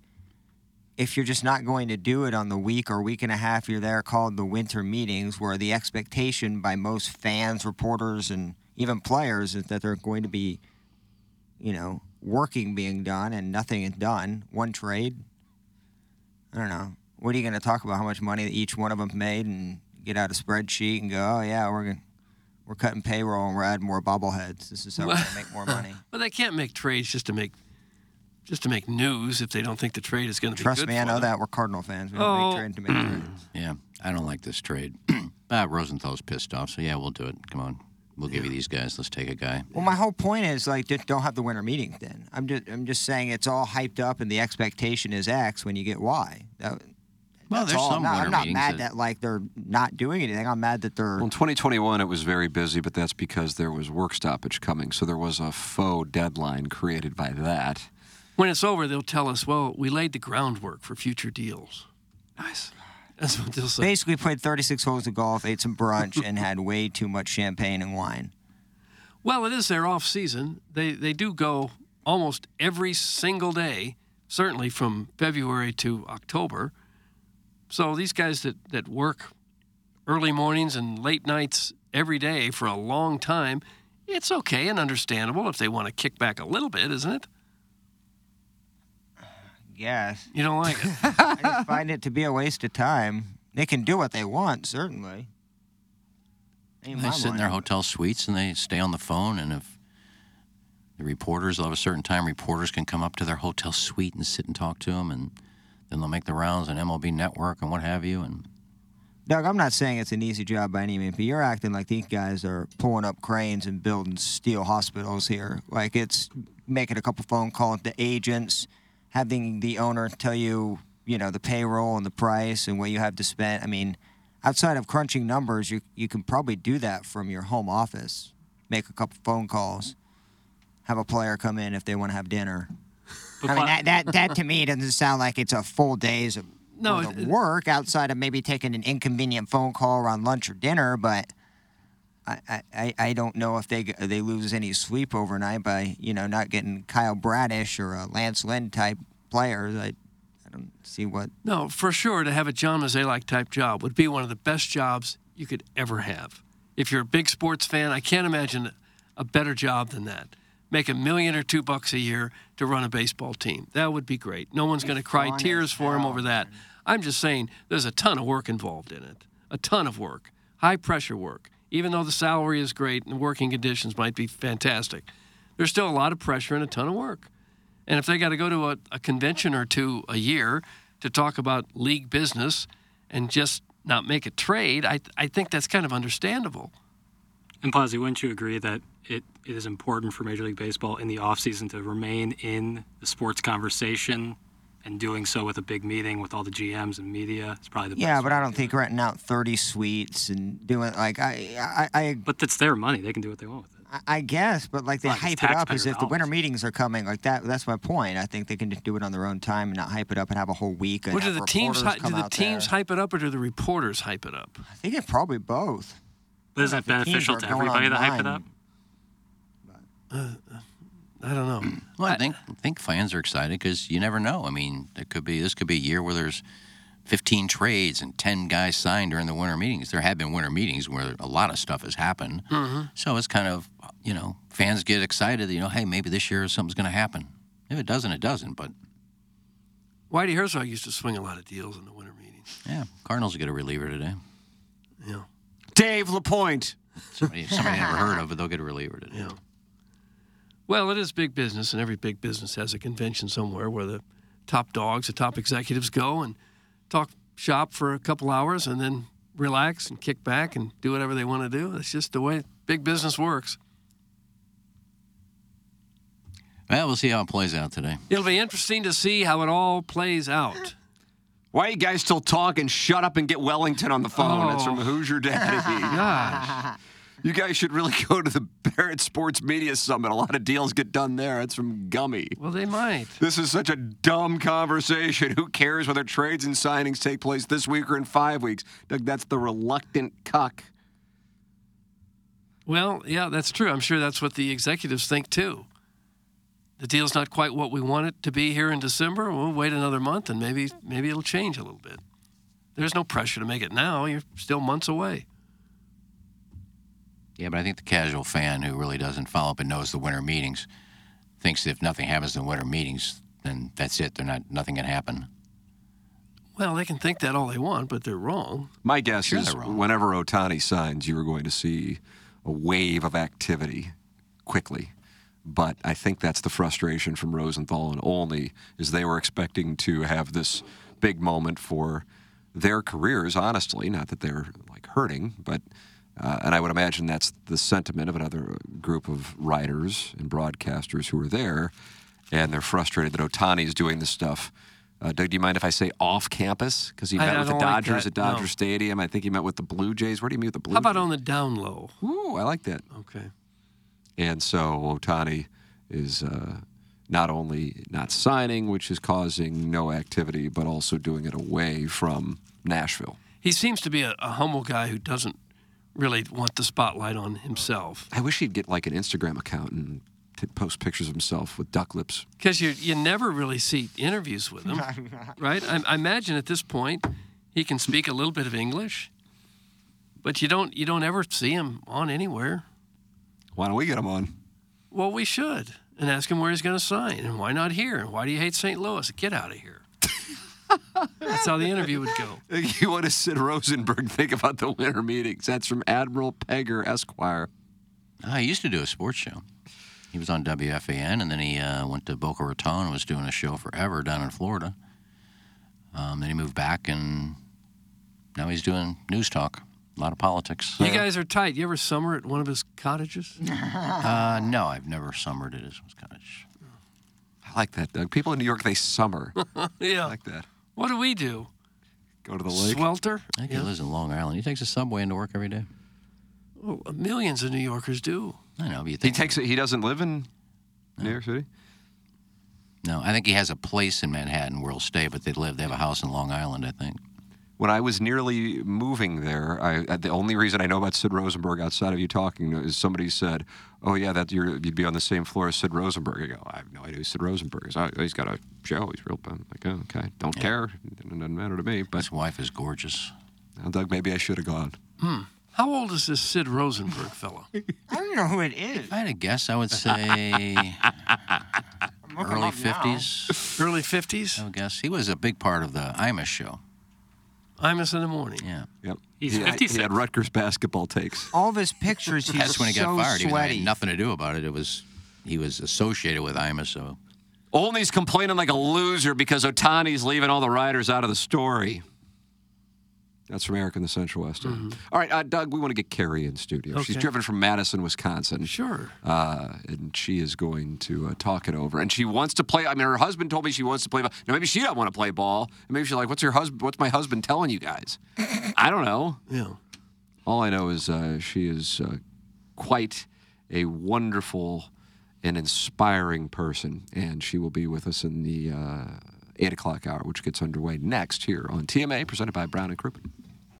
D: if you're just not going to do it on the week or week and a half you're there called the winter meetings where the expectation by most fans, reporters and even players is that they're going to be you know, working being done and nothing is done, one trade. I don't know. What are you going to talk about how much money each one of them made and get out a spreadsheet and go, "Oh yeah, we're gonna, we're cutting payroll and we're adding more bobbleheads. This is how we're going to make
F: (laughs)
D: more money."
C: Well, they can't make trades just to make just to make news if they don't think the trade is going to be
D: Trust
C: good
D: me, I
C: for
D: know
C: them.
D: that. We're Cardinal fans. We don't
C: Oh.
D: make trade to make trade.
F: (clears throat) Yeah, I don't like this trade. (clears throat) uh, Rosenthal's pissed off, so yeah, we'll do it. Come on, we'll give you these guys. Let's take a guy.
D: Well, my whole point is like, just don't have the winter meeting. Then I'm just I'm just saying it's all hyped up and the expectation is X when you get Y.
F: Well,
D: That, that's
F: there's
D: all.
F: some
D: I'm not,
F: winter
D: I'm not
F: meetings
D: mad
F: that-
D: that like they're not doing anything. I'm mad that they're
B: Well, in 2021, it was very busy, but that's because there was work stoppage coming. So there was a faux deadline created by that.
C: When it's over, they'll tell us, "Well, we laid the groundwork for future deals." Nice. That's what they'll say.
D: basically played 36 holes of golf, ate some brunch, and had way too much champagne and wine.
C: Well, it is their off season. They they do go almost every single day, certainly from February to October. So these guys that, that work early mornings and late nights every day for a long time, it's okay and understandable if they want to kick back a little bit, isn't it?
D: Yes.
C: You don't like it.
D: I just find it to be a waste of time. They can do what they want, certainly. Ain't
F: They
D: my
F: sit in
D: money.
F: their hotel suites and they stay on the phone. And if the reporters, they'll have a certain time, reporters can come up to their hotel suite and sit and talk to them. And then they'll make the rounds on MLB Network and what have you. And
D: Doug, I'm not saying it's an easy job by any means, but you're acting like these guys are pulling up cranes and building steel hospitals here. Like it's making a couple phone calls to agents, having the owner tell you, you know, the payroll and the price and what you have to spend. I mean, outside of crunching numbers, you you can probably do that from your home office. Make a couple phone calls, have a player come in if they want to have dinner. I mean, that, that, that to me doesn't sound like it's a full day's of
C: No,
D: worth
C: it-
D: of work outside of maybe taking an inconvenient phone call around lunch or dinner, but I, I- I, I don't know if they they lose any sleep overnight by you know not getting Kyle Bradish or a Lance Lynn type players. I, I don't see what
C: No, for sure, to have a John Mozeliak type job would be one of the best jobs you could ever have. If you're a big sports fan, I can't imagine a better job than that. Make a million or two bucks a year to run a baseball team. That would be great. No one's going to cry tears for him over that. (laughs) I'm just saying there's a ton of work involved in it, a ton of work, high pressure work. Even though the salary is great and the working conditions might be fantastic, there's still a lot of pressure and a ton of work. And if they got to go to a, a convention or two a year to talk about league business and just not make a trade, I, I think that's kind of understandable.
E: And Plazzi, wouldn't you agree that it, it is important for Major League Baseball in the offseason to remain in the sports conversation and doing so with a big meeting with all the GMs and media is probably the
D: Yeah,
E: best.
D: but I don't think renting out 30 suites and doing like I I, I
E: But that's their money. They can do what they want with it.
D: I- I guess, but like they
E: Well, it's
D: hype it up as
E: taxpayer
D: if the winter meetings are coming. Like that. That's my point. I think they can just do it on their own time and not hype it up and have a whole week. And
C: Well, do
D: have
C: the teams
D: reporters
C: hy-
D: come
C: do the
D: out there.
C: teams hype it up or do the reporters hype it up?
D: I think it's probably both.
E: But isn't it
D: The teams
E: beneficial
D: are
E: to
D: going
E: everybody to hype it
D: online.
E: up?
C: Uh, uh, I don't know. (clears throat)
F: Well, I think I think fans are excited because you never know. I mean, it could be this could be a year where there's 15 trades and 10 guys signed during the winter meetings. There have been winter meetings where a lot of stuff has happened. So it's kind of you know fans get excited. You know, hey, maybe this year something's going to happen. If it doesn't, it doesn't. But
C: Whitey Herzog used to swing a lot of deals in the winter meetings.
F: yeah, Cardinals get a reliever today.
C: Yeah.
B: Dave Lapointe.
F: Somebody, somebody I never heard of, but they'll get a reliever today.
C: Yeah. Well, it is big business, and every big business has a convention somewhere where the top dogs, the top executives go and talk shop for a couple hours and then relax and kick back and do whatever they want to do. That's just the way big business works.
F: Well, we'll see how it plays out today.
C: It'll be interesting to see how it all plays out.
B: Why are you guys still talking? Shut up and get Wellington on the phone. That's from
C: Oh.
B: Hoosier Daddy.
F: (laughs)
B: Gosh. You guys should really (laughs) go to the Barrett Sports Media Summit. A lot of deals get done there. It's from Gummy.
C: Well, they might.
B: This is such a dumb conversation. (laughs) Who cares whether trades and signings take place this week or in five weeks? Doug, that's the reluctant cuck.
C: Well, yeah, that's true. I'm sure that's what the executives think too. The deal's not quite what we want it to be here in December. We'll wait another month and maybe maybe it'll change a little bit. There's no pressure to make it now. You're still months away.
F: Yeah, but I think the casual fan who really doesn't follow up and knows the winter meetings thinks if nothing happens in the winter meetings, then that's it. They're not nothing can happen.
C: Well, they can think that all they want, but they're wrong.
B: My guess
C: Sure
B: is
C: they're wrong.
B: whenever Otani signs, you are going to see a wave of activity quickly. But I think that's the frustration from Rosenthal and Olney is they were expecting to have this big moment for their careers. Honestly, not that they're like hurting, but uh, and I would imagine that's the sentiment of another group of writers and broadcasters who are there, and they're frustrated that Otani's doing this stuff. Uh, Doug, do you mind if I say off campus? Because he
C: I-
B: met
C: I
B: with the
C: don't like
B: Dodgers
C: that,
B: at Dodger
C: no.
B: Stadium. I think he met with the Blue Jays. Where do you meet with the Blue
C: How about on Oh. the down low?
B: Ooh, I like that.
C: Okay.
B: And so Otani is uh, not only not signing, which is causing no activity, but also doing it away from Nashville.
C: He seems to be a, a humble guy who doesn't really want the spotlight on himself.
B: I wish he'd get like an Instagram account and t- post pictures of himself with duck lips.
C: Because you you never really see interviews with him, right? I, I imagine at this point he can speak a little bit of English, but you don't you don't ever see him on anywhere.
B: Why don't we get him on?
C: Well, we should and ask him where he's going to sign and why not here and why do you hate St. Louis? Get out of here. That's how the interview would go.
B: (laughs) You want to sit Rosenberg think about the winter meetings. That's from Admiral Pegger Esquire.
F: I used to do a sports show. He was on WFAN, and then he uh, went to Boca Raton and was doing a show forever down in Florida. Um, then he moved back, and now he's doing news talk, a lot of politics.
C: You guys are tight. You ever summer at one of his cottages?
F: Uh, no, I've never summered at his cottage.
B: I like that, Doug. People in New York, they (laughs) summer.
C: yeah.
B: like that.
C: What do we do?
B: Go to the lake.
C: Swelter?
F: I think
C: Yeah.
F: he lives in Long Island. He takes a subway into work every day.
C: Well, millions of New Yorkers do.
F: I know, but you
B: He
F: think
B: takes it. He doesn't live in New York City.
F: No, I think he has a place in Manhattan where he'll stay, but they live. They have a house in Long Island, I think.
B: When I was nearly moving there, I, uh, the only reason I know about Sid Rosenberg outside of you talking is somebody said, "Oh yeah, that you're, you'd be on the same floor as Sid Rosenberg." I go, "I have no idea who Sid Rosenberg is. Oh, he's got a show. He's real." I'm like, oh, "Okay, don't care. It doesn't matter to me." But his
F: wife is gorgeous.
B: Now, Doug, maybe I should have gone.
C: Hmm. How old is this Sid Rosenberg fellow?
D: I don't know who it is.
F: If I had to guess, I
D: (laughs)
F: would say early 50s.
C: Early 50s?
F: I would guess. He was a big part of the Imus show.
C: Imus in the morning.
F: Yeah.
B: Yep.
F: He's
B: he, had- He
F: 56.
B: had Rutgers basketball takes.
D: All of his pictures, he's
F: (laughs) That's when he
D: so
F: got fired. He was-
D: sweaty.
F: had nothing to do about it. It was He was associated with Imus, so.
B: Olney's complaining like a loser because Otani's leaving all the riders out of the story. That's from Eric in the Central West. End. All right, uh, Doug, we want to get Carrie in studio. She's
C: Okay.
B: driven from Madison, Wisconsin.
C: Sure.
B: Uh, and she is going to uh, talk it over. And she wants to play. I mean, her husband told me she wants to play ball. Now, maybe she doesn't want to play ball. And maybe she's like, what's your husband? What's my husband telling you guys? (laughs) I don't know.
C: Yeah.
B: All I know is uh, she is uh, quite a wonderful and inspiring person, and she will be with us in the uh, eight o'clock hour, which gets underway next here on TMA, presented by Brown and Crouppen.